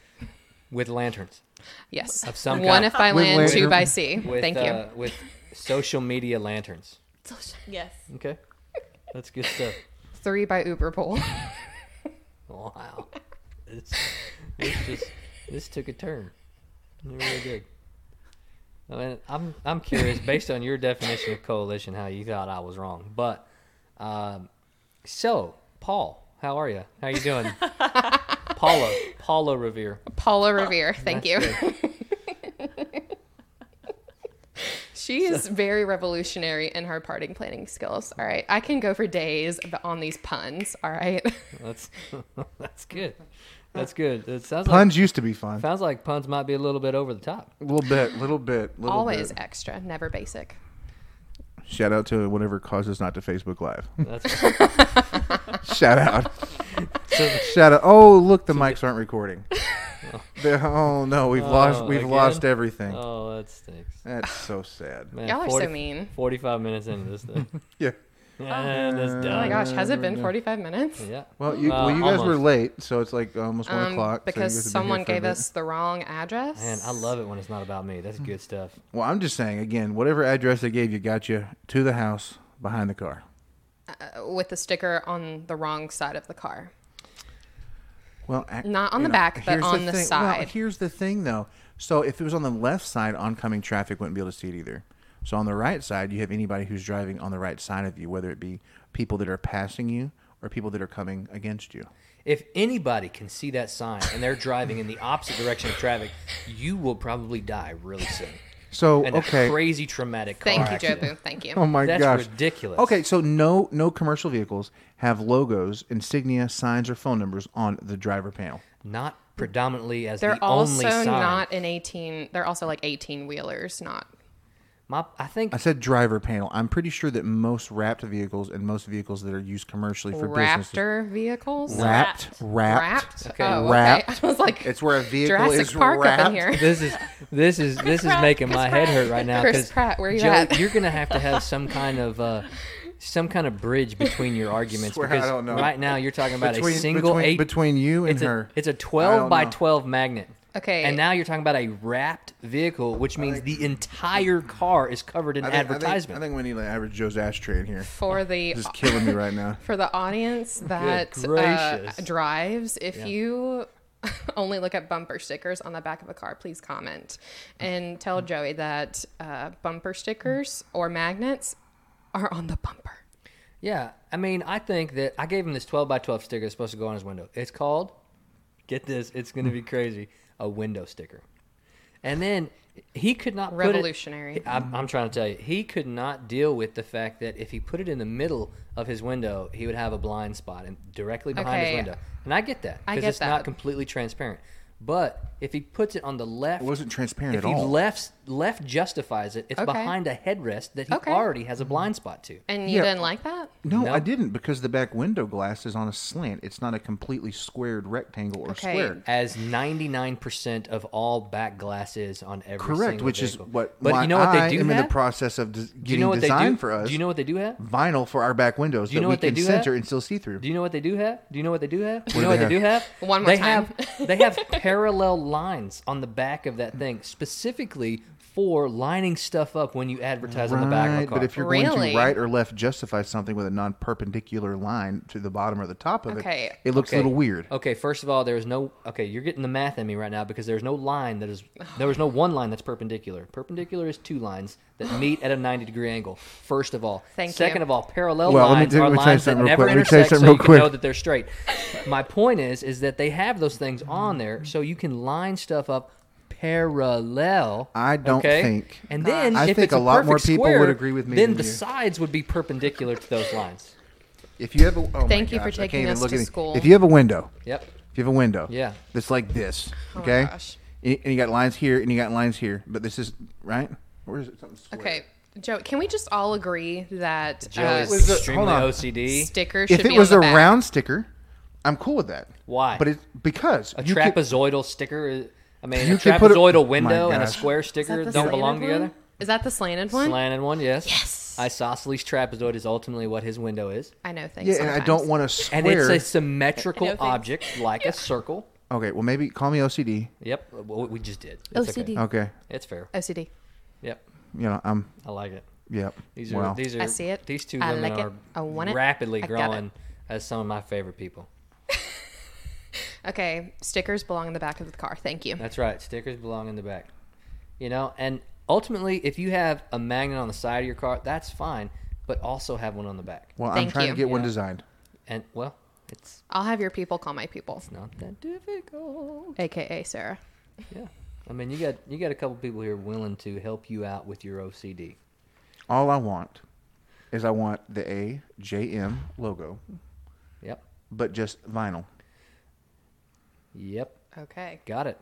A: with lanterns,
D: Yes.
A: Of some
D: One
A: kind.
D: if by
B: With
D: land, two
B: lantern.
D: by sea.
A: with
D: Thank you.
A: uh, with social media lanterns.
C: Yes.
A: Okay, that's good stuff.
D: Three by Uber pool.
A: Wow, it's, it's just this took a turn. It really did. I mean, I'm I'm curious based on your definition of coalition how you thought I was wrong, but um, so Paul, how are you? How you doing? Paula, Paula Revere.
D: Paula Revere. Thank you.
A: That's good.
D: She is very revolutionary in her party planning skills. All right. I can go for days ab- on these puns. All right.
A: That's that's good. That's good. It sounds
B: Puns used to be fun.
A: like sounds like puns might be a little bit over the top.
B: A little bit, little bit, little
D: Always
B: bit.
D: extra, never basic.
B: Shout out to whatever causes not to Facebook Live.
A: That's
B: Shout out. Shout out. Oh, look, the mics aren't recording. The- oh no, we've lost
A: Oh,
B: we've
A: again?
B: lost
D: Mm.
B: everything.
A: oh, that stinks.
B: That's so sad.
A: Man,
D: Y'all are so
A: 40
B: Uh,
D: mean. Forty-five
A: Forty-five minutes into this thing.
B: Yeah.
A: And it's done.
D: Oh my gosh, has it been 45 minutes?
A: Yeah.
B: Well, you,
A: Well,
B: well, you guys were
A: almost.
B: late, so it's like almost one
D: Um,
B: o'clock. so you
D: because
B: guys have been here
D: someone
B: for a
D: gave
B: bit.
D: us the wrong address.
A: Man, I love it when it's not about me.
B: Hmm.
A: That's good stuff.
B: Well, I'm just saying again, whatever address they gave you got you to the house behind the car.
D: uh, with the sticker on the wrong side of the car.
B: Well, ac-
D: Not on
B: you
D: the back, but
B: here's
D: on the
B: thing- Well,
D: side.
B: here's the thing, though. So if it was on the left side, oncoming traffic wouldn't be able to see it either. So on the right side, you have anybody who's driving on the right side of you, whether it be people that are passing you or people that are coming against you.
A: If anybody can see that sign and they're driving in the opposite direction of traffic, you will probably die really soon.
B: So
A: and
B: okay.
A: a crazy traumatic car
D: Thank you,
A: accident.
D: Jobu. Thank you.
B: oh my
A: That's
B: gosh.
A: ridiculous.
B: Okay, so no no commercial vehicles have logos, insignia, signs, or phone numbers on the driver panel.
A: not predominantly as
D: They're
A: the
D: also
A: only sign.
D: not an 18. They're also like 18 wheelers, not.
A: My, I think
B: I said driver panel. I'm pretty sure that most wrapped vehicles and most vehicles that are used commercially for business
D: Raptor vehicles?
B: wrapped wrapped
D: Wrapped?
A: Okay.
D: Oh,
B: Wrapped.
D: okay. I was like,
B: It's where a vehicle
D: Jurassic
B: is
D: Park
B: wrapped.
D: up in here.
A: this is this is this is
C: Pratt,
A: making
C: Chris
A: my head
C: Pratt.
A: hurt right now.
D: Chris
A: 'cause,
D: Pratt, where you
A: Joe,
D: at?
A: you're gonna have to have some kind of uh, some kind of bridge between your arguments
B: Swear, I
A: because
B: don't know.
A: right now you're talking about a single
B: between,
A: eight.
B: between you and
A: it's
B: her.
A: a, it's a
B: I
A: 12
B: don't
A: by
B: know.
A: 12 magnet.
D: Okay.
A: And now you're talking about a wrapped vehicle, which means the entire car is covered in
B: I think- I think-
A: advertisement.
B: I think, we need an average Joe's ashtray in here.
D: for the
B: This is killing me right now.
D: for the audience that uh,
A: gracious.
D: drives, if you only look at bumper stickers on the back of a car, please comment and tell
B: Mm.
D: Joey that uh, bumper stickers or magnets are on the bumper.
A: yeah. I mean, I think that I gave him this 12 by 12 sticker that's supposed to go on his window. It's called, get this, it's going to be crazy, a window sticker. And then he could not put it-
D: Revolutionary.
A: I'm, I'm trying to tell you, he could not deal with the fact that if he put it in the middle of his window, he would have a blind spot and directly behind
D: Okay.
A: his window. And I get that
D: I
A: because
D: get
A: it's not
D: that.
A: completely transparent. But if he puts it on the left,
B: It wasn't transparent
A: if
B: at
A: he
B: all.
A: left left justifies it, it's
D: Okay.
A: behind a headrest that he
D: Okay.
A: already has a blind spot to.
D: And you
B: Yeah.
D: didn't like that?
B: no,
A: No.
B: I didn't because the back window glass is on a slant. It's not a completely squared rectangle or
D: Okay.
B: squared.
A: As ninety nine percent of all back glass is on every
B: Correct,
A: single
B: which
A: vehicle.
B: is what.
A: But
B: why
A: you know what
B: I
A: they do
B: am in the
A: have?
B: process of des- getting
A: do you know what they
B: designed
A: do
B: for us.
A: Do you know what they do have?
B: vinyl for our back windows
A: Do you
B: that
A: know
B: we
A: what they
B: can
A: do
B: center
A: have?
B: and still see through.
A: Do you know what they do have? Do you know what they do have? Do you know
B: What
A: what
B: do
A: they
B: they
A: do have?
D: One more
A: they
D: time.
A: Have, they have parallel lines on the back of that thing specifically for lining stuff up when you advertise on the back of a
B: Right,
A: car.
B: but if you're going
D: Really?
B: to right or left justify something with a non-perpendicular line to the bottom or the top of
D: Okay.
B: it, it looks a little weird.
A: Okay, first of all, there's no okay. You're getting the math at me right now because there's no line that is there was no one line that's perpendicular. Perpendicular is two lines that meet at a 90 degree angle. First of all,
D: Thank you.
A: Second of all, parallel
B: Well, let me
A: lines
B: tell-
A: are
B: let me tell you
A: lines that
B: something real
A: never
B: quick. Let me tell you
A: intersect, so
B: something
A: you
B: real
A: can know
B: quick.
A: that they're straight. My point is, is that they have those things on there so you can line stuff up parallel.
B: I don't
A: okay?
B: think-
A: And then
B: I
A: if
B: think
A: it's
B: a lot more
A: perfect
B: people would
A: square,
B: agree with me
A: Then
B: than
A: the
B: you.
A: sides would be perpendicular to those lines.
B: If you have a, oh
D: Thank
B: my
D: you for
B: gosh, I
D: taking
B: can't even
D: us
B: look
D: to
B: at it.
D: school.
B: If you have a window,
A: Yep.
B: if you have a window,
A: Yeah.
B: that's like this,
D: Oh my
B: okay,
D: gosh.
B: and, and you got lines here and you got lines here, but this is right. Where is it? Something square.
D: Okay. Joey, can we just all agree that
A: Joe
D: uh,
A: is
B: was a-
A: extremely
B: hold on.
A: OCD.
D: stickers should
B: If it
D: be
B: was
D: on
B: a
D: the back?
B: round sticker, I'm cool with that.
A: Why?
B: But it because
A: a
B: you could-
A: trapezoidal sticker. is- I mean,
B: You
A: a
B: could put a- Oh
A: trapezoidal
B: My
A: window and a
B: gosh.
A: square
D: Is that
A: sticker don't
D: the slanted
A: belong together.
D: one? Is that the slanted one?
A: Slanted one, yes.
D: Yes.
A: Isosceles trapezoid is ultimately what his window is,
D: I know things.
B: yeah, and I don't
D: sometimes.
B: want to square.
A: and it's a
C: I
A: symmetrical
C: know things.
A: object like a circle.
B: okay, well maybe call me OCD.
A: Yep, well, we just did. It's okay.
D: OCD.
B: Okay,
A: It's fair.
D: OCD.
A: Yep,
B: you know I'm.
A: I like it.
B: Yep.
A: These are
B: wow.
A: these are
D: I see it.
A: these two
D: I
A: women
D: like it.
A: are
D: I want it.
A: rapidly
D: I got it.
A: growing as some of my favorite people.
D: Okay, stickers belong in the back of the car. Thank you.
A: That's right. Stickers belong in the back. You know, and ultimately, if you have a magnet on the side of your car, that's fine. But also have one on the back.
B: well, I'm
D: Thank
B: trying
D: you.
B: to get one
A: Yeah.
B: designed.
A: And well, it's
D: I'll have your people call my people,
A: not that difficult.
D: aka Sarah.
A: Yeah. I mean, you got you got a couple people here willing to help you out with your OCD.
B: All I want is I want the AJM logo,
A: Yep.
B: but just vinyl.
A: Yep.
D: Okay,
A: Got it.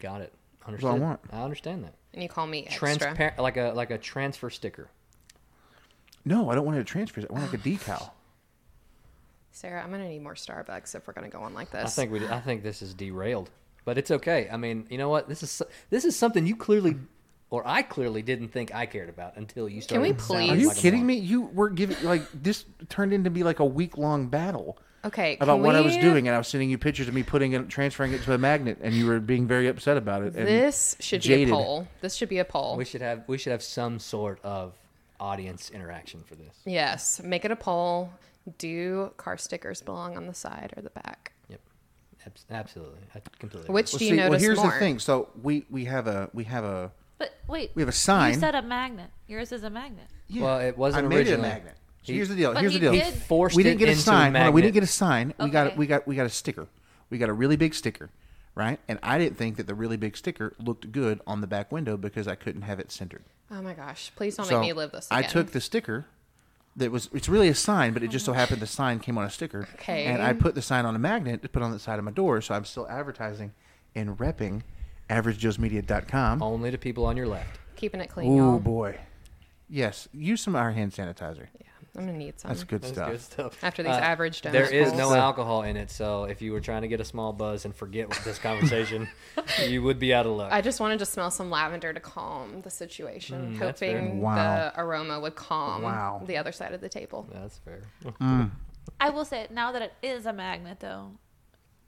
A: Got it.
B: all I
A: Understood.
B: want.
A: I understand that.
D: and you call me extra.
A: Transparent, like a like a transfer sticker.
B: No, I don't want it to transfer. I want like a decal.
D: Sarah, I'm gonna need more Starbucks if we're gonna go on like
A: I
D: this.
A: think we I think this is derailed, but it's okay. I mean, you know what? This is this is something you clearly or I clearly didn't think I cared about until you started.
D: we
A: sounding
D: please-
B: Are
A: like
B: you
A: a
B: kidding
A: moron.
B: me? You were giving like this turned into be like a week long battle
D: okay,
B: about
D: can
B: what I was
D: we-
B: doing, and I was sending you pictures of me putting it, transferring it to a magnet, and you were being very upset about it. And
D: This should be
B: jaded.
D: a poll. This should be a poll.
A: We should have we should have some sort of audience interaction for this.
D: yes, make it a poll. Do car stickers belong on the side or the back?
A: Yep. Abs- absolutely. I completely. agree.
D: Which
B: Well,
D: do you
B: see,
D: notice
B: well, here's
D: more?
B: the thing. So we we have a we have a
C: But wait,
B: We have a sign.
C: You said a magnet. Yours is a magnet.
B: yeah,
A: Well, it wasn't
B: I made
A: originally.
B: it a magnet. So
A: He-
B: here's the deal.
C: But
B: Here's
C: he
B: the deal.
A: He
C: did-
A: forced
B: we
A: it
B: didn't get a
A: into
B: sign. Hold on, we
A: magnet.
B: didn't get a sign. We got
C: Okay.
B: we got we got we got a sticker. We got a really big sticker, right? And I didn't think that the really big sticker looked good on the back window because I couldn't have it centered.
D: Oh my gosh! Please don't
B: so
D: make me live this.
B: I
D: Again.
B: took the sticker that was it's really a sign, but it just so happened the sign came on a sticker.
D: Oh. Okay.
B: And I put the sign on a magnet to put on the side of my door, so I'm still advertising and repping averagejoesmedia.com. Oh,
A: Only to people on your left.
D: keeping it clean.
B: oh
D: y'all.
B: boy. Yes, use some of our hand sanitizer.
D: Yeah, I'm gonna need some
B: That's good stuff.
A: stuff.
D: after these average donut
A: Uh, There is no
D: holes.
A: alcohol in it, so if you were trying to get a small buzz and forget this conversation, you would be out of luck.
D: I just wanted to smell some lavender to calm the
B: Mm,
D: situation,
A: that's fair.
D: hoping
B: Wow.
D: the aroma would calm
B: Wow.
D: the other side of the table.
A: That's fair.
B: Mm.
C: I will say now that it is a magnet though,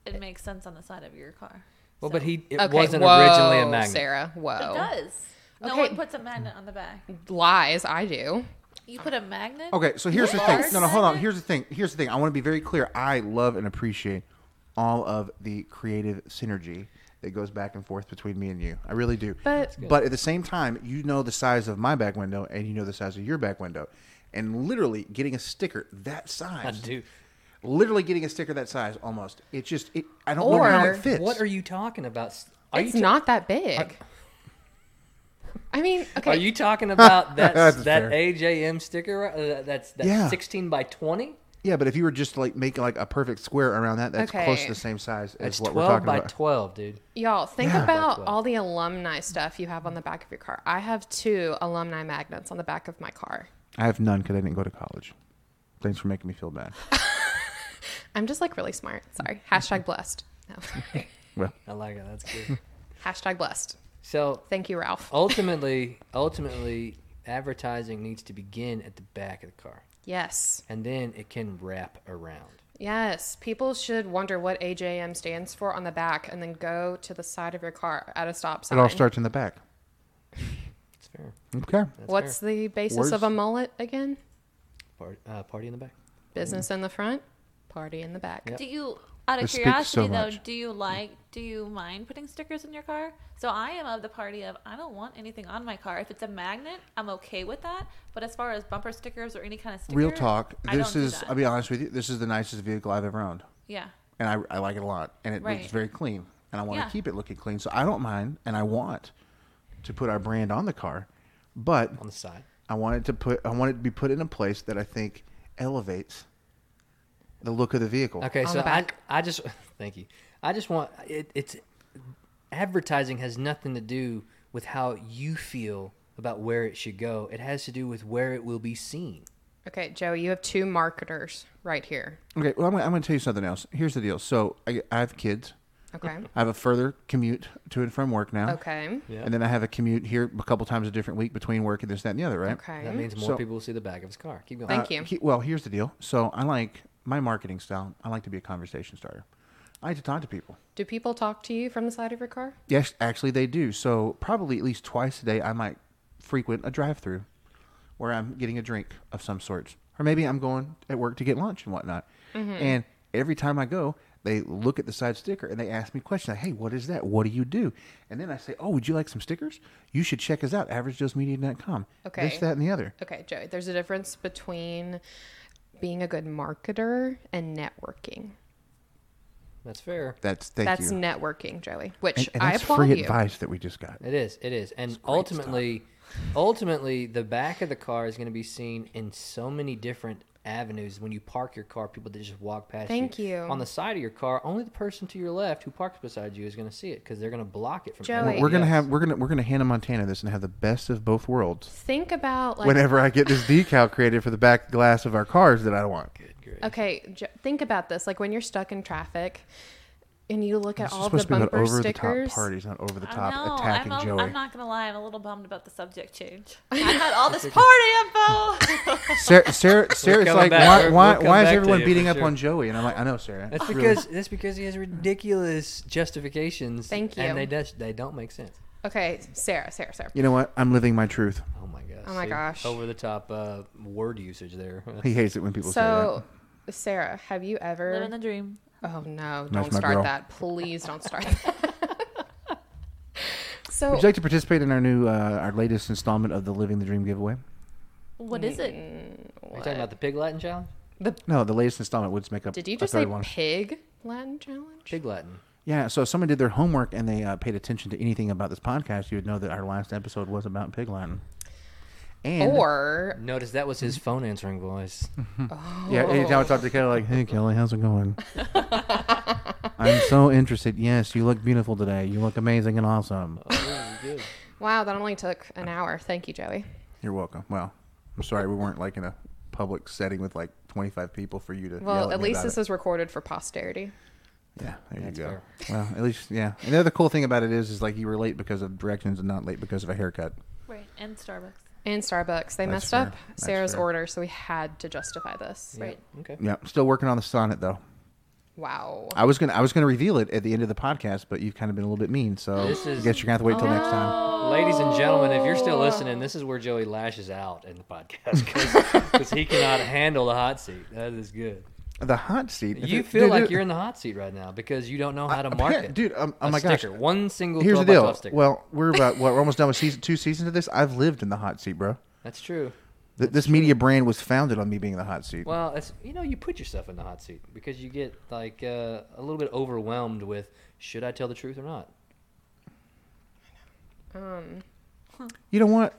C: it makes sense on the side of your car.
A: Well,
C: So-
A: but he it
D: okay,
A: wasn't
D: whoa,
A: originally a magnet.
D: Sarah, whoa.
C: It
B: Oh.
C: does. No
D: Okay.
C: one puts a magnet on the back.
D: Lies, I do.
C: You put a magnet.
B: Okay, so here's the thing.
C: Bars?
B: No, no, hold on. Here's the thing. Here's the thing. I want to be very clear. I love and appreciate all of the creative synergy that goes back and forth between me and you. I really do.
D: But-
B: but at the same time, you know the size of my back window and you know the size of your back window. And literally getting a sticker that
A: I
B: size.
A: do.
B: Literally getting a sticker that size almost. It just it I don't know how
D: Or-
B: it fits.
A: What are you talking about? Are
D: it's
A: you ta-
D: not that big. I mean, okay.
A: Are you talking about that
B: That's
A: that
B: fair.
A: AJM sticker? right- Uh, that's that's
B: Yeah.
A: 16 by 20.
B: yeah, but if you were just like making like a perfect square around that, that's close
D: Okay.
B: to the same size as
A: That's
B: what
A: 12
B: we're talking
A: by
B: about.
A: 12, dude.
D: Y'all think
B: Yeah.
D: about
A: Likewise.
D: all the alumni stuff you have on the back of your car. I have two alumni magnets on the back of my car.
B: I have none because I didn't go to college. Thanks for making me feel bad.
D: I'm just like really smart. Sorry. Hashtag blessed. No.
B: Well,
A: I like it. That's good.
D: Hashtag blessed.
A: so
D: Thank you, Ralph.
A: ultimately, ultimately, advertising needs to begin at the back of the car,
D: Yes.
A: and then it can wrap around.
D: Yes. People should wonder what AJM stands for on the back and then go to the side of your car at a stop sign.
B: It all starts in the back.
A: It's fair.
B: Okay.
A: That's
D: What's the basis
B: Words-
D: of a mullet again?
A: fair. Part, uh, party in the back?
D: Business in the front, party in the back.
A: Yep.
C: Do you, out of
B: This speaks
C: curiosity
B: so
C: though,
B: much.
C: do you like, do you mind putting stickers in your car? So I am of the party of I don't want anything on my car. If it's a magnet, I'm okay with that. But as far as bumper stickers or any kind of sticker,
B: Real talk.
C: I
B: This
C: don't do
B: is,
C: that.
B: I'll be honest with you, this is the nicest vehicle I've ever owned.
C: yeah.
B: And I, I like it a lot. And it looks
C: Right.
B: very clean. And I want
C: Yeah.
B: to keep it looking clean. So I don't mind. And I want to put our brand on the car. But
A: On the side.
B: I want it to put, I want it to be put in a place that I think elevates the look of the vehicle.
A: Okay,
D: On
A: so
D: the back.
A: I I just thank you. I just want it, it's advertising has nothing to do with how you feel about where it should go. It has to do with where it will be seen.
D: Okay, Joey, you have two marketers right here.
B: Okay. Well, I'm, gonna- I'm going to tell you something else. Here's the deal. So I, I have kids.
D: Okay.
B: I have a further commute to and from work now.
D: Okay.
A: Yeah.
B: And then I have a commute here a couple times a different week between work and this, that, and the other, right?
D: Okay.
A: That means more
B: So-
A: people will see the back of his car. Keep going.
D: Thank you.
B: Uh, he- well, here's the deal. So I like my marketing style. I like to be a conversation starter. I like to talk to people.
D: Do people talk to you from the side of your car?
B: Yes, actually, they do. So probably at least twice a day, I might frequent a drive-through where I'm getting a drink of some sorts, or maybe I'm going at work to get lunch and whatnot.
D: Mm-hmm.
B: And every time I go, they look at the side sticker and they ask me questions. Like, hey, what is that? What do you do? And then I say, oh, would you like some stickers? You should check us out, averagejoesmedia.com.
D: Okay.
B: This, that, and the other.
D: Okay, Joey, there's a difference between being a good marketer and networking.
A: That's fair.
B: That's thank
D: that's
B: you.
D: networking, Joey, which
B: and, and
D: I
B: that's
D: applaud
B: free
D: you.
B: advice that we just got.
A: It is. It is. And ultimately, ultimately, the back of the car is going to be seen in so many different avenues. When you park your car, people that just walk past
D: Thank
A: you.
D: you.
A: On the side of your car, only the person to your left who parks beside you is going to see it because they're going to block it from.
D: Joey.
A: everybody
B: We're gonna
A: else.
B: have we're gonna we're gonna Hannah Montana this and have the best of both worlds.
D: Think about like
B: Whenever I get this decal created for the back glass of our cars that I want,
A: Good, great.
D: okay, Jo- think about this like when you're stuck in traffic and you look at
B: this is
D: all the
B: supposed to be about
D: bumper
B: over the
D: stickers.
B: top parties, not over the
C: I
B: top
C: know.
B: attacking
C: I'm,
B: Joey.
C: I'm not gonna lie. I'm a little bummed about the subject change. I had all this party info.
B: Sarah, Sarah, Sarah's
A: coming
B: like,
A: back.
B: why,
A: We're-
B: why,
A: we'll come
B: why is
A: back to
B: everyone
A: you for
B: beating up
A: sure."
B: on Joey? And I'm like, I know, Sarah.
A: That's
B: Really.
A: because that's because he has ridiculous justifications.
D: Thank you.
A: And they just they don't make sense.
D: Okay, Sarah, Sarah, Sarah.
B: you know what? I'm living my truth.
A: Oh my gosh.
D: Oh my gosh.
A: Over the top uh, word usage there.
B: He hates it when people
D: So, Sarah, have you ever
C: Living the dream.
D: Oh no,
B: That's
D: don't
B: my
D: start
B: girl.
D: that. Please don't start that.
B: say that.
D: so
B: Would you like to participate in our new, uh, our latest installment of the Living the Dream giveaway?
C: What is it?
A: Are you talking about the pig Latin challenge?
B: No, the latest installment would make up.
D: did
B: a
D: you just
B: third
D: say
B: one.
D: pig Latin challenge?
A: Pig Latin.
B: Yeah, so if someone did their homework and they uh, paid attention to anything about this podcast, you would know that our last episode was about pig Latin. And
D: Or
A: Notice that was his phone answering voice.
D: Oh,
B: yeah, anytime I talk to Kelly, like, "Hey Kelly, how's it going?" I'm so interested. Yes, you look beautiful today. You look amazing and awesome.
A: Oh,
D: wow, that only took an hour. Thank you, Joey.
B: You're welcome. Well, I'm sorry we weren't like in a public setting with like 25 people for you to.
D: Well,
B: yell
D: at
B: me
D: least
B: about
D: this
B: it.
D: is recorded for posterity.
B: Yeah, there
A: That's
B: you go.
A: fair.
B: Well, at least yeah. And the other cool thing about it is, is like you were late because of directions and not late because of a haircut.
C: Right. And Starbucks.
D: And Starbucks, they
B: That's
D: messed
B: fair.
D: up
B: That's
D: Sarah's
B: fair.
D: order, so we had to justify this.
C: Right.
A: Okay.
B: Yeah, still working on the sonnet though.
D: Wow.
B: I was gonna I was gonna reveal it at the end of the podcast, but you've kind of been a little bit mean, so
A: This is-
B: I guess you're gonna have to wait till next time.
A: Ladies and gentlemen, if you're
D: Oh.
A: still listening, this is where Joey lashes out in the podcast because he cannot handle the hot seat. That is good.
B: The hot seat.
A: Oh. You feel like you're in the hot seat right now because you don't know how to market.
B: dude. Um, oh
A: a
B: my gosh.
A: sticker. One single
B: Here's
A: 12
B: the
A: by 12
B: deal.
A: sticker.
B: Well, we're about what we're almost done with season two seasons of this. I've lived in the hot seat, bro.
A: That's true.
B: Th- this media brand was founded on me being in the hot seat.
A: Well, it's, you know, you put yourself in the hot seat because you get like uh, a little bit overwhelmed with should I tell the truth or not?
D: Um,
B: You know what?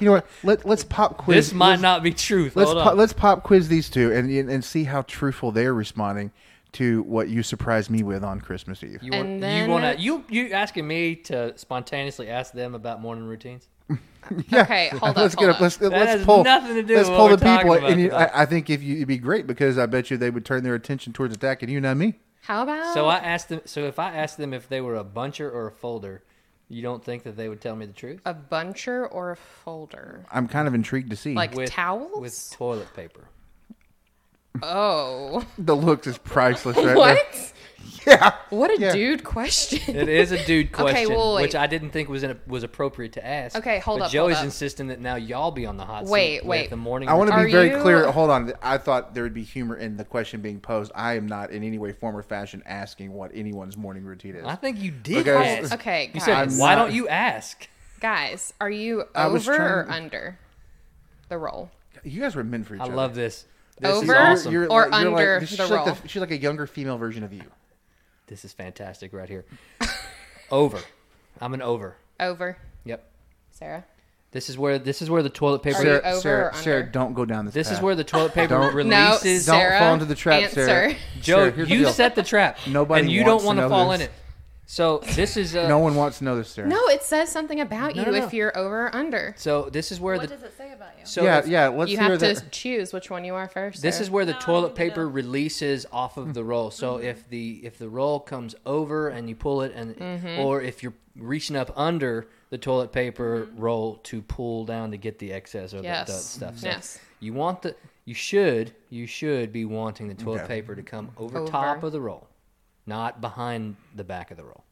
B: You know what? Let let's pop quiz.
A: This might
B: let's-
A: not be truth.
B: Let's
A: Hold
B: po-
A: on.
B: let's pop quiz these two and and see how truthful they're responding to what you surprised me with on Christmas Eve.
A: you want,
D: And
A: you
D: then-
A: want to you you asking me to spontaneously ask them about morning routines?
B: Yeah.
D: Okay, hold up,
B: Let's
D: hold
B: get
D: up.
B: Let's, let's
A: has
B: pull.
A: nothing to do
B: let's
A: with
B: pull
A: what
B: the
A: we're
B: people.
A: talking
B: and you,
A: about
B: I, I think if you, it'd be great because I bet you they would turn their attention towards attacking you, not me.
D: How about
A: So I asked them. So if I asked them if they were a buncher or a folder, you don't think that they would tell me the truth?
D: a buncher or a folder?
B: I'm kind of intrigued to see.
D: Like towels?
A: with toilet paper.
D: Oh.
B: the looks is priceless, right?
D: what?
B: There. Yeah.
D: What a
B: Yeah.
D: dude question.
A: It is a dude question,
D: well, wait.
A: which I didn't think was in a, was appropriate to ask.
D: Okay, hold
A: but
D: up, hold
A: Joey's
D: up.
A: insisting that now y'all be on the hot
D: Wait,
A: seat. with
D: wait.
A: The morning.
B: I want to
D: Are
B: be very
D: you-
B: clear. Hold on. I thought there would be humor in the question being posed. I am not in any way, form, or fashion asking what anyone's morning routine is.
A: I think you did.
B: Because-
A: ask.
D: Okay,
A: You
D: guys.
A: said,
B: I'm
A: "Why
B: not-
A: don't you ask?"
D: guys, are you
B: I was
D: over or
B: trying-
D: under the role?
B: you guys were meant for each
A: I
B: other.
A: love this. This is
D: Over?
A: awesome.
D: or under
B: she's
D: the
B: like
D: role.
B: she's like a younger female version of you.
A: This is fantastic right here. over. I'm an over.
D: Over.
A: Yep.
D: Sarah.
A: This is where this is where the toilet paper.
D: Are you over
B: Sarah,
D: or under?
B: Sarah, don't go down this.
A: this is
B: path.
A: where the toilet paper
B: Don't-
D: No,
A: releases.
B: Don't
D: Sarah,
B: fall into the trap, Sarah.
D: answer.
A: Joe,
B: Sarah, here's the
A: you
B: deal.
A: set the trap.
B: Nobody
A: and you
B: wants
A: don't
B: to
A: want
B: know
A: to fall
B: this.
A: in it. So this is uh,
B: No one wants to know this, Sarah.
D: No, it says something about
A: No,
D: you
A: no, no.
D: if you're over or under.
A: so this is where
C: What
A: the
C: does it say about you?
A: so
B: yeah,
A: if-
B: yeah. Let's
D: you
B: hear
D: have to
B: that.
D: choose which one you are first.
A: This
D: Sarah.
A: is where the
C: No, Mm-hmm.
A: toilet
C: you
A: paper
C: don't.
A: releases off of the roll. So if the if the roll comes over and you pull it, and
B: Mm-hmm.
A: or if you're reaching up under the toilet paper
C: Mm-hmm.
A: roll to pull down to get the excess or the, the
D: Yes.
A: stuff. So
D: Yes.
A: You want the you should you should be wanting the toilet
B: Okay.
A: paper to come over,
D: Over.
A: top of the roll, not behind the back of the roll.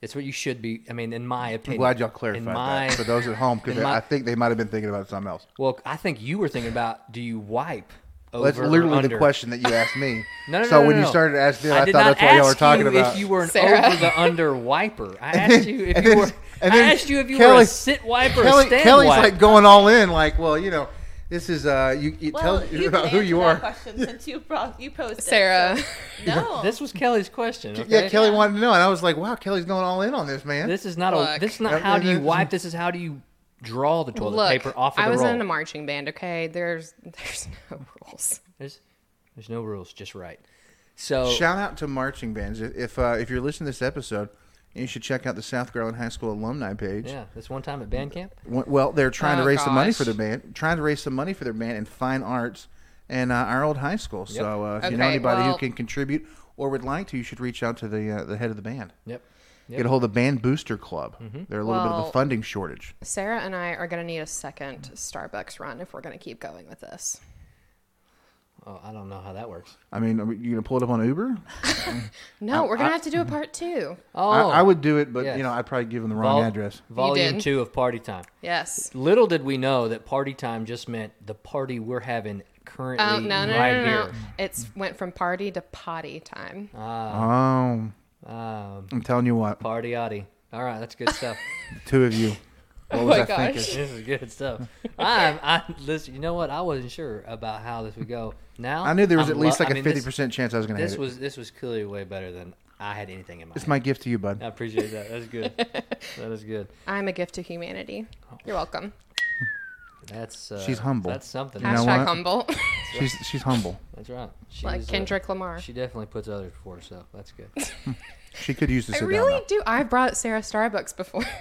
A: It's what you should be. I mean, in my
B: I'm
A: opinion,
B: glad y'all
A: In
B: clarified
A: my-
B: that for those at home because
A: in my-
B: I think they might have been thinking about something else.
A: Well, I think you were thinking about do you wipe over
B: That's
A: or
B: literally
A: under?
B: the question that you asked me.
A: No, no,
B: so
A: no, no,
B: when you
A: no.
B: started asking, I,
A: did
B: thought
A: not
B: that's what y'all were
A: ask
B: talking
A: you
B: about.
A: If you were an
D: Sarah.
A: over the under wiper, I asked you if you were.
B: and
A: I
B: then
A: asked you if you were
B: Kelly-
A: a sit wipe or
B: Kelly,
A: a stand
B: Kelly's
A: wipe.
B: like going all in, like, well, you know, this is uh, you. It
C: Well,
B: tells
C: you
B: you
C: can
B: about who
C: answer
B: you
C: that
B: are.
C: question since you, pro- you posed it,
D: Sarah.
C: so- No.
A: this was Kelly's question. Okay?
B: Yeah, Kelly wanted to know, and I was like, wow, Kelly's going all in on this, man.
A: This is not a.
D: Look.
A: This is not
B: Yep,
A: how do you
B: yep.
A: wipe. This is how do you draw the toilet
D: Look,
A: paper off of
D: I
A: the
D: was
A: roll.
D: in a marching band. Okay, there's there's no rules.
A: there's, there's no rules, just right. So
B: Shout out to marching bands. If if, uh, if you're listening to this episode, you should check out the South Garland High School alumni page.
A: yeah, this one time at band camp.
B: W- Well, they're trying to
D: Oh,
B: raise some money
D: gosh.
B: for their band, trying to raise some money for their band and fine arts and uh, our old high school. So uh, if you know
D: Okay,
B: anybody who
D: well-
B: can contribute or would like to, you should reach out to the uh, the head of the band.
A: Yep.
B: Get a hold of the Band Booster Club. They're a little bit of a
D: Well-
B: funding shortage.
D: Sarah and I are gonna need a second Starbucks run if we're gonna keep going with this.
A: Oh, I don't know how that works.
B: I mean, are you gonna pull it up on Uber?
A: Um,
D: No, we're gonna have to do a part two.
A: Oh,
B: I, I would do it, but
A: yes.
B: you know, I'd probably give them the wrong
A: Vol-
B: address.
A: Volume
D: did.
A: two of Party Time.
D: Yes.
A: Little did we know that party time just meant the party we're having currently
D: Oh no no
A: right
D: no no!
A: here.
D: no. It's went from party to potty time.
B: Oh,
A: Ah, Um,
B: I'm telling you what,
A: party oddy. All right, that's good stuff.
B: two of you. What was
D: Oh my
B: I thinking?
D: gosh.
A: this is good stuff. I, I listen. You know what? I wasn't sure about how this would go. Now
B: I knew there was
A: I'm
B: at least
A: lo-
B: like
A: I
B: a
A: mean,
B: fifty
A: this-
B: percent chance I was gonna.
A: This
B: hate
A: was this was clearly way better than I had anything in my.
B: It's
A: hand.
B: my gift to you, bud.
A: I appreciate that. That's good. that is good.
D: I'm a gift to humanity.
B: Oh.
D: You're welcome.
A: That's uh,
B: She's humble.
A: That's something.
B: You know
D: Hashtag
B: what?
D: humble.
B: She's she's humble.
A: That's right. She's,
D: like Kendrick Lamar.
A: Uh, she definitely puts others before herself. That's good.
B: She could use this.
D: I really do. I've brought Sarah Starbucks before.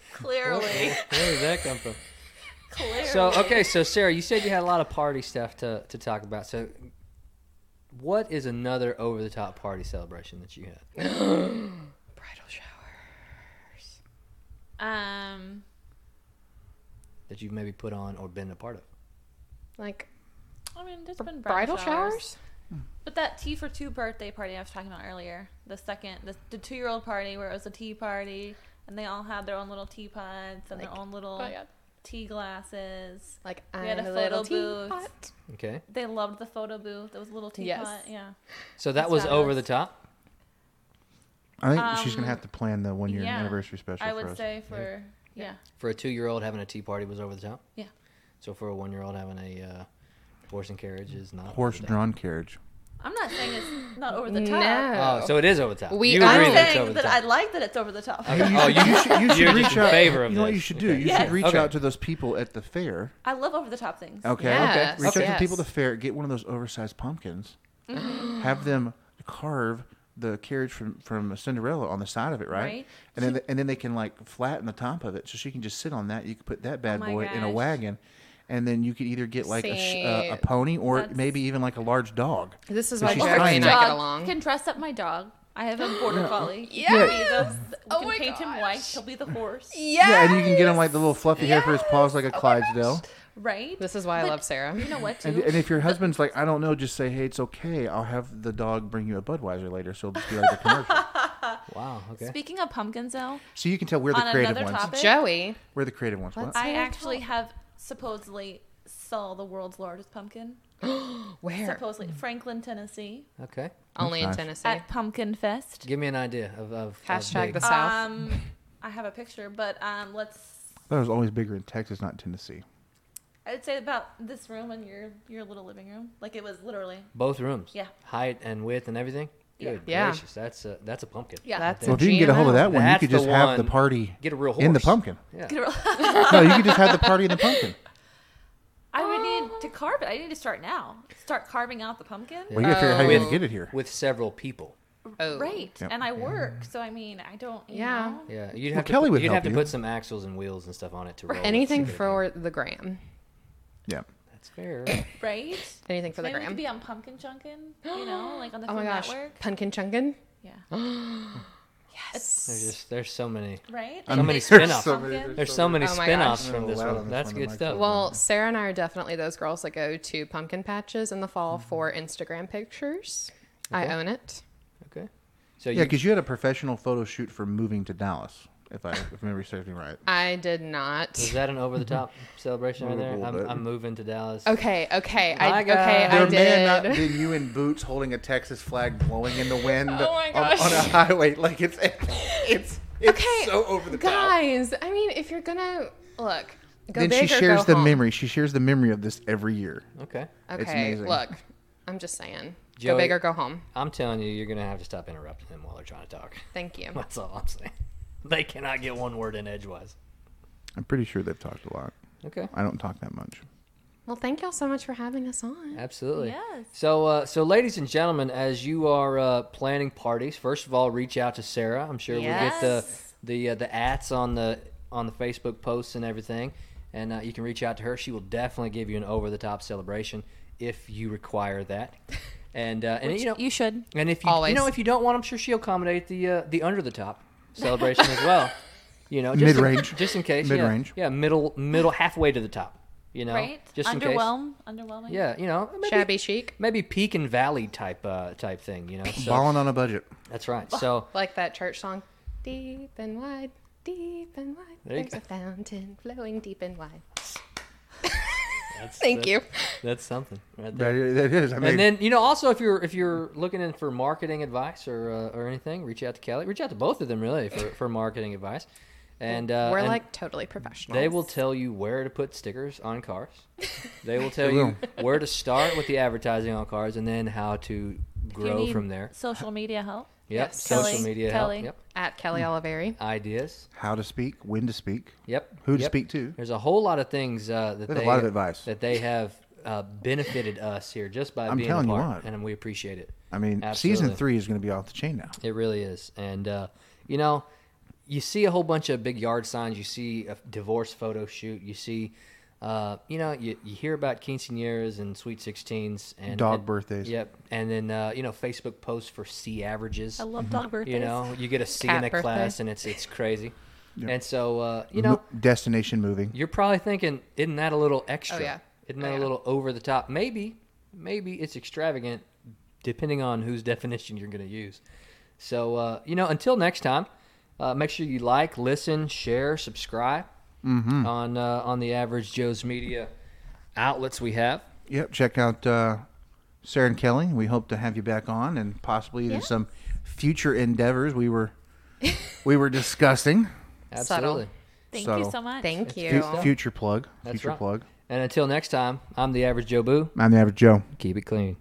C: Clearly,
A: Where did that come from?
C: clearly.
A: So okay, so Sarah, you said you had a lot of party stuff to to talk about. So, what is another over the top party celebration that you had?
D: Bridal shower.
C: Um,
A: That you've maybe put on or been a part of?
D: Like
C: I mean, there's
D: br-
C: been
D: bridal, showers?
C: But that tea for two birthday party I was talking about earlier, the second, the, the two year old party where it was a tea party and they all had their own little teapots and
D: Like,
C: their own little
D: Oh, yeah.
C: tea glasses.
D: Like
C: We
D: I'm
C: had
D: a
C: a
D: little
C: photo booth.
D: teapot.
A: Okay,
C: They loved the photo booth. It was a little
D: Yes.
C: teapot. Yeah.
A: so that
C: That's
A: was over
C: fabulous.
A: the top.
B: I think she's gonna
C: um,
B: have to plan the one year
C: yeah.
B: anniversary special.
C: I
B: for
C: would
B: us.
C: say for, yeah.
A: For a two year old having a tea party was over the top.
C: Yeah.
A: So for a one year old having a uh, horse and carriage is not over
B: horse
A: the top.
B: drawn carriage.
C: I'm not saying it's not over the top.
A: Oh, so it is over the top.
D: We-
A: you
D: I'm
A: agree
C: I'm
A: that it's
C: saying
A: over the
C: that
A: top.
C: I like that it's over the top.
A: Okay. Oh, you,
B: should,
A: you are just in favor of
B: you know what
A: this.
B: you should do?
A: Okay.
B: You
C: Yes.
B: should reach
A: Okay.
B: out to those people at the fair.
C: I love over the top things.
B: Okay.
D: Yes.
B: Okay. Reach out to
D: Yes.
B: the people at the fair. Get one of those oversized pumpkins.
C: Mm-hmm.
B: Have them carve the carriage from from Cinderella on the side of it, right?
C: Right.
B: And then and then they can like flatten the top of it, so she can just sit on that. You could put that bad
C: Oh my
B: boy in a
C: gosh.
B: wagon. And then you could either get like a, sh-
D: See,
B: uh, a pony or
C: that's-
B: maybe even like a large dog.
D: This is
B: So
D: why
B: she's
D: Joey
B: trying
D: and
B: to-
D: I get
C: Dog.
D: along.
C: You can dress up my dog. I have a border collie.
D: Yes!
C: He's a- We
D: Oh
C: can
D: my
C: paint him
D: gosh.
C: white. He'll be the horse.
B: Yeah, and you can get him like the little fluffy hair for his paws, like a Clydesdale.
C: Right?
D: This is why I
C: But
D: love Sarah.
C: You know what, too?
B: And, and if your husband's like, I don't know, just say, hey, it's okay. I'll have the dog bring you a Budweiser later, so it'll just be like the commercial.
A: wow. Okay.
C: Speaking of pumpkins, though,
B: so you can tell we're the
C: On
B: creative
C: another
B: ones.
C: topic-
D: Joey.
B: We're the creative ones. What?
D: Let's-
C: I
D: Sarah,
C: actually have supposedly saw the world's largest pumpkin.
D: Where?
C: Supposedly, Franklin, Tennessee,
A: Okay.
D: Only in
B: nice.
D: Tennessee.
C: at Pumpkin Fest.
A: Give me an idea of, of of
D: Hashtag
A: big-
D: the South.
C: Um, I have a picture, but um, let's.
B: That was always bigger in Texas, not Tennessee.
C: I'd say about this room and your your little living room. Like it was literally.
A: both rooms.
C: Yeah.
A: Height and width and everything.
C: Yeah.
A: Good
D: Yeah.
A: gracious, that's a that's a pumpkin.
C: Yeah.
D: That's
B: Well, if you can get a hold of that one, you
A: That's
B: could
A: the
B: just have the
A: one.
B: party
A: Get a real horse
B: in the pumpkin.
A: Yeah.
B: No, you could just have the party in the pumpkin.
C: I would
D: Oh.
C: need to carve it. I need to start now. Start carving out the pumpkin.
B: Well, you gotta figure out how you're gonna
D: Oh.
B: get it here.
A: With several people.
D: Oh.
C: Right.
B: Yep.
C: And I work, so I mean, I don't. You
D: Yeah.
C: Know?
A: Yeah. You'd have to
B: Kelly
A: put,
B: would
A: you'd
B: help
A: have to
B: you.
A: put some axles and wheels and stuff on it to roll. it.
D: Anything for the gram.
B: Yeah.
A: That's fair.
C: Right.
D: Anything for the
C: Maybe we
D: gram.
C: could be on Pumpkin Junkin, you know, like on the
D: Oh
C: Food
D: my gosh.
C: Network.
D: Pumpkin chunkin.
C: Yeah.
A: There's just there's so many
C: Right?
A: so many
C: Pumpkin.
A: spin-offs.
B: so many-
C: Pumpkin.
A: there's so many
D: Oh my
A: spin-offs
B: gosh.
A: from this
B: Loud on
A: one.
B: this
A: That's
B: one, the
A: good stuff.
B: microphone.
D: Well, Sarah and I are definitely those girls that go to pumpkin patches in the fall
B: Mm-hmm.
D: for Instagram pictures. I own it.
A: okay. So
B: Yeah,
A: you
B: because you had a professional photo shoot for moving to Dallas, if I if memory serves me right.
D: I did not.
A: is that an over the top celebration right
B: Move a
A: there?
B: little
A: I'm,
B: bit.
A: I'm moving to Dallas.
D: Okay, okay, I
A: Bye,
D: okay,
A: guys.
D: I
B: There
D: did.
B: may have not been you in boots holding a Texas flag blowing in the wind
D: Oh my
B: on,
D: gosh.
B: on a highway. Like it's it's it's
D: okay,
B: so over the top.
D: guys. I mean, if you're gonna look, go
B: then
D: big
B: she
D: or
B: shares
D: go
B: the
D: home.
B: memory. She shares the memory of this every year.
A: Okay.
D: Okay,
B: amazing.
D: look, I'm just saying, go
A: Joey-
D: big or go home.
A: I'm telling you, you're gonna have to stop interrupting them while they're trying to talk.
D: Thank you.
A: That's all I'm saying. They cannot get one word in edgewise.
B: I'm pretty sure they've talked a lot.
A: Okay.
B: I don't talk that much.
D: Well, thank y'all so much for having us on.
A: Absolutely.
C: Yes.
A: So, uh, so ladies and gentlemen, as you are uh, planning parties, first of all, reach out to Sarah. I'm sure we'll get
C: Yes.
A: the the uh, the ats on the on the Facebook posts and everything, and uh, you can reach out to her. She will definitely give you an over the top celebration if you require that. And uh, and you know
C: You should.
A: and if you
D: Always.
A: you know if you don't want, I'm sure she'll accommodate the uh, the under the top celebration as well. You know, just
B: Mid-range.
A: in, just in case, yeah.
B: Mid-range.
A: yeah, middle middle halfway to the top. You know,
C: Right?
A: just in case,
C: Underwhelm. Underwhelming.
A: yeah, you know, maybe-
D: Shabby chic,
A: maybe peak and valley type uh, type thing, you know. So,
B: Balling on a budget.
A: that's right. So
D: like that church song, deep and wide, deep and wide.
A: There you
D: There's
A: go.
D: a fountain flowing deep and wide.
A: that's,
D: Thank
A: that's-
D: you.
A: That's something right there.
B: That is. That is. I mean,
A: And then you know, also if you're if you're looking in for marketing advice or uh, or anything, reach out to Kelly. Reach out to both of them really for, for marketing advice. And uh,
D: We're
A: and
D: like totally professional.
A: they will tell you where to put stickers on cars. They will tell
B: They
A: you where to start with the advertising on cars, and then how to
C: If you
A: grow
C: need
A: from there.
C: Social media help.
A: Yep.
D: Yes.
A: Social
C: Kelly,
A: media
C: Kelly.
A: help. Yep.
D: At Kelly Oliveri.
A: Ideas.
B: How to speak, when to speak,
A: Yep.
B: who to
A: Yep.
B: speak to.
A: There's a whole lot of things uh, that
B: There's a
A: they
B: lot of advice.
A: that they have uh, benefited us here just by
B: I'm
A: being a
B: telling you
A: part,
B: what.
A: and we appreciate it.
B: I mean,
A: Absolutely.
B: season three is going to be off the chain now.
A: It really is, and uh, you know, you see a whole bunch of big yard signs. You see a divorce photo shoot. You see, uh, you know, you, you hear about quinceañeras and sweet sixteens and
B: Dog
A: and-
B: birthdays.
A: Yep, and then uh, you know, Facebook posts for C averages.
C: I love dog birthdays.
A: Mm-hmm. You know, you get a C
D: Cat
A: in a
D: birthday.
A: class, and it's it's crazy. And so, uh, you know,
B: Mo- destination moving.
A: you're probably thinking, isn't that a little extra?
D: Oh, yeah.
A: Isn't
D: Oh,
A: that
D: yeah.
A: a little over the top? Maybe, maybe it's extravagant, depending on whose definition you're going to use. So, uh, you know, until next time, uh, make sure you like, listen, share, subscribe on uh, on the average Joe's media outlets we have.
B: Yep. Check out uh, Sarah and Kelly. We hope to have you back on, and possibly in some future endeavors we were we were discussing.
D: Subtle.
A: Absolutely.
C: Thank
B: So-
C: you so much.
D: Thank
B: Fu-
D: you.
B: future plug.
A: That's
B: future
A: right.
B: plug.
A: And until next time, I'm the average Joe Boo.
B: I'm the average Joe.
A: Keep it clean.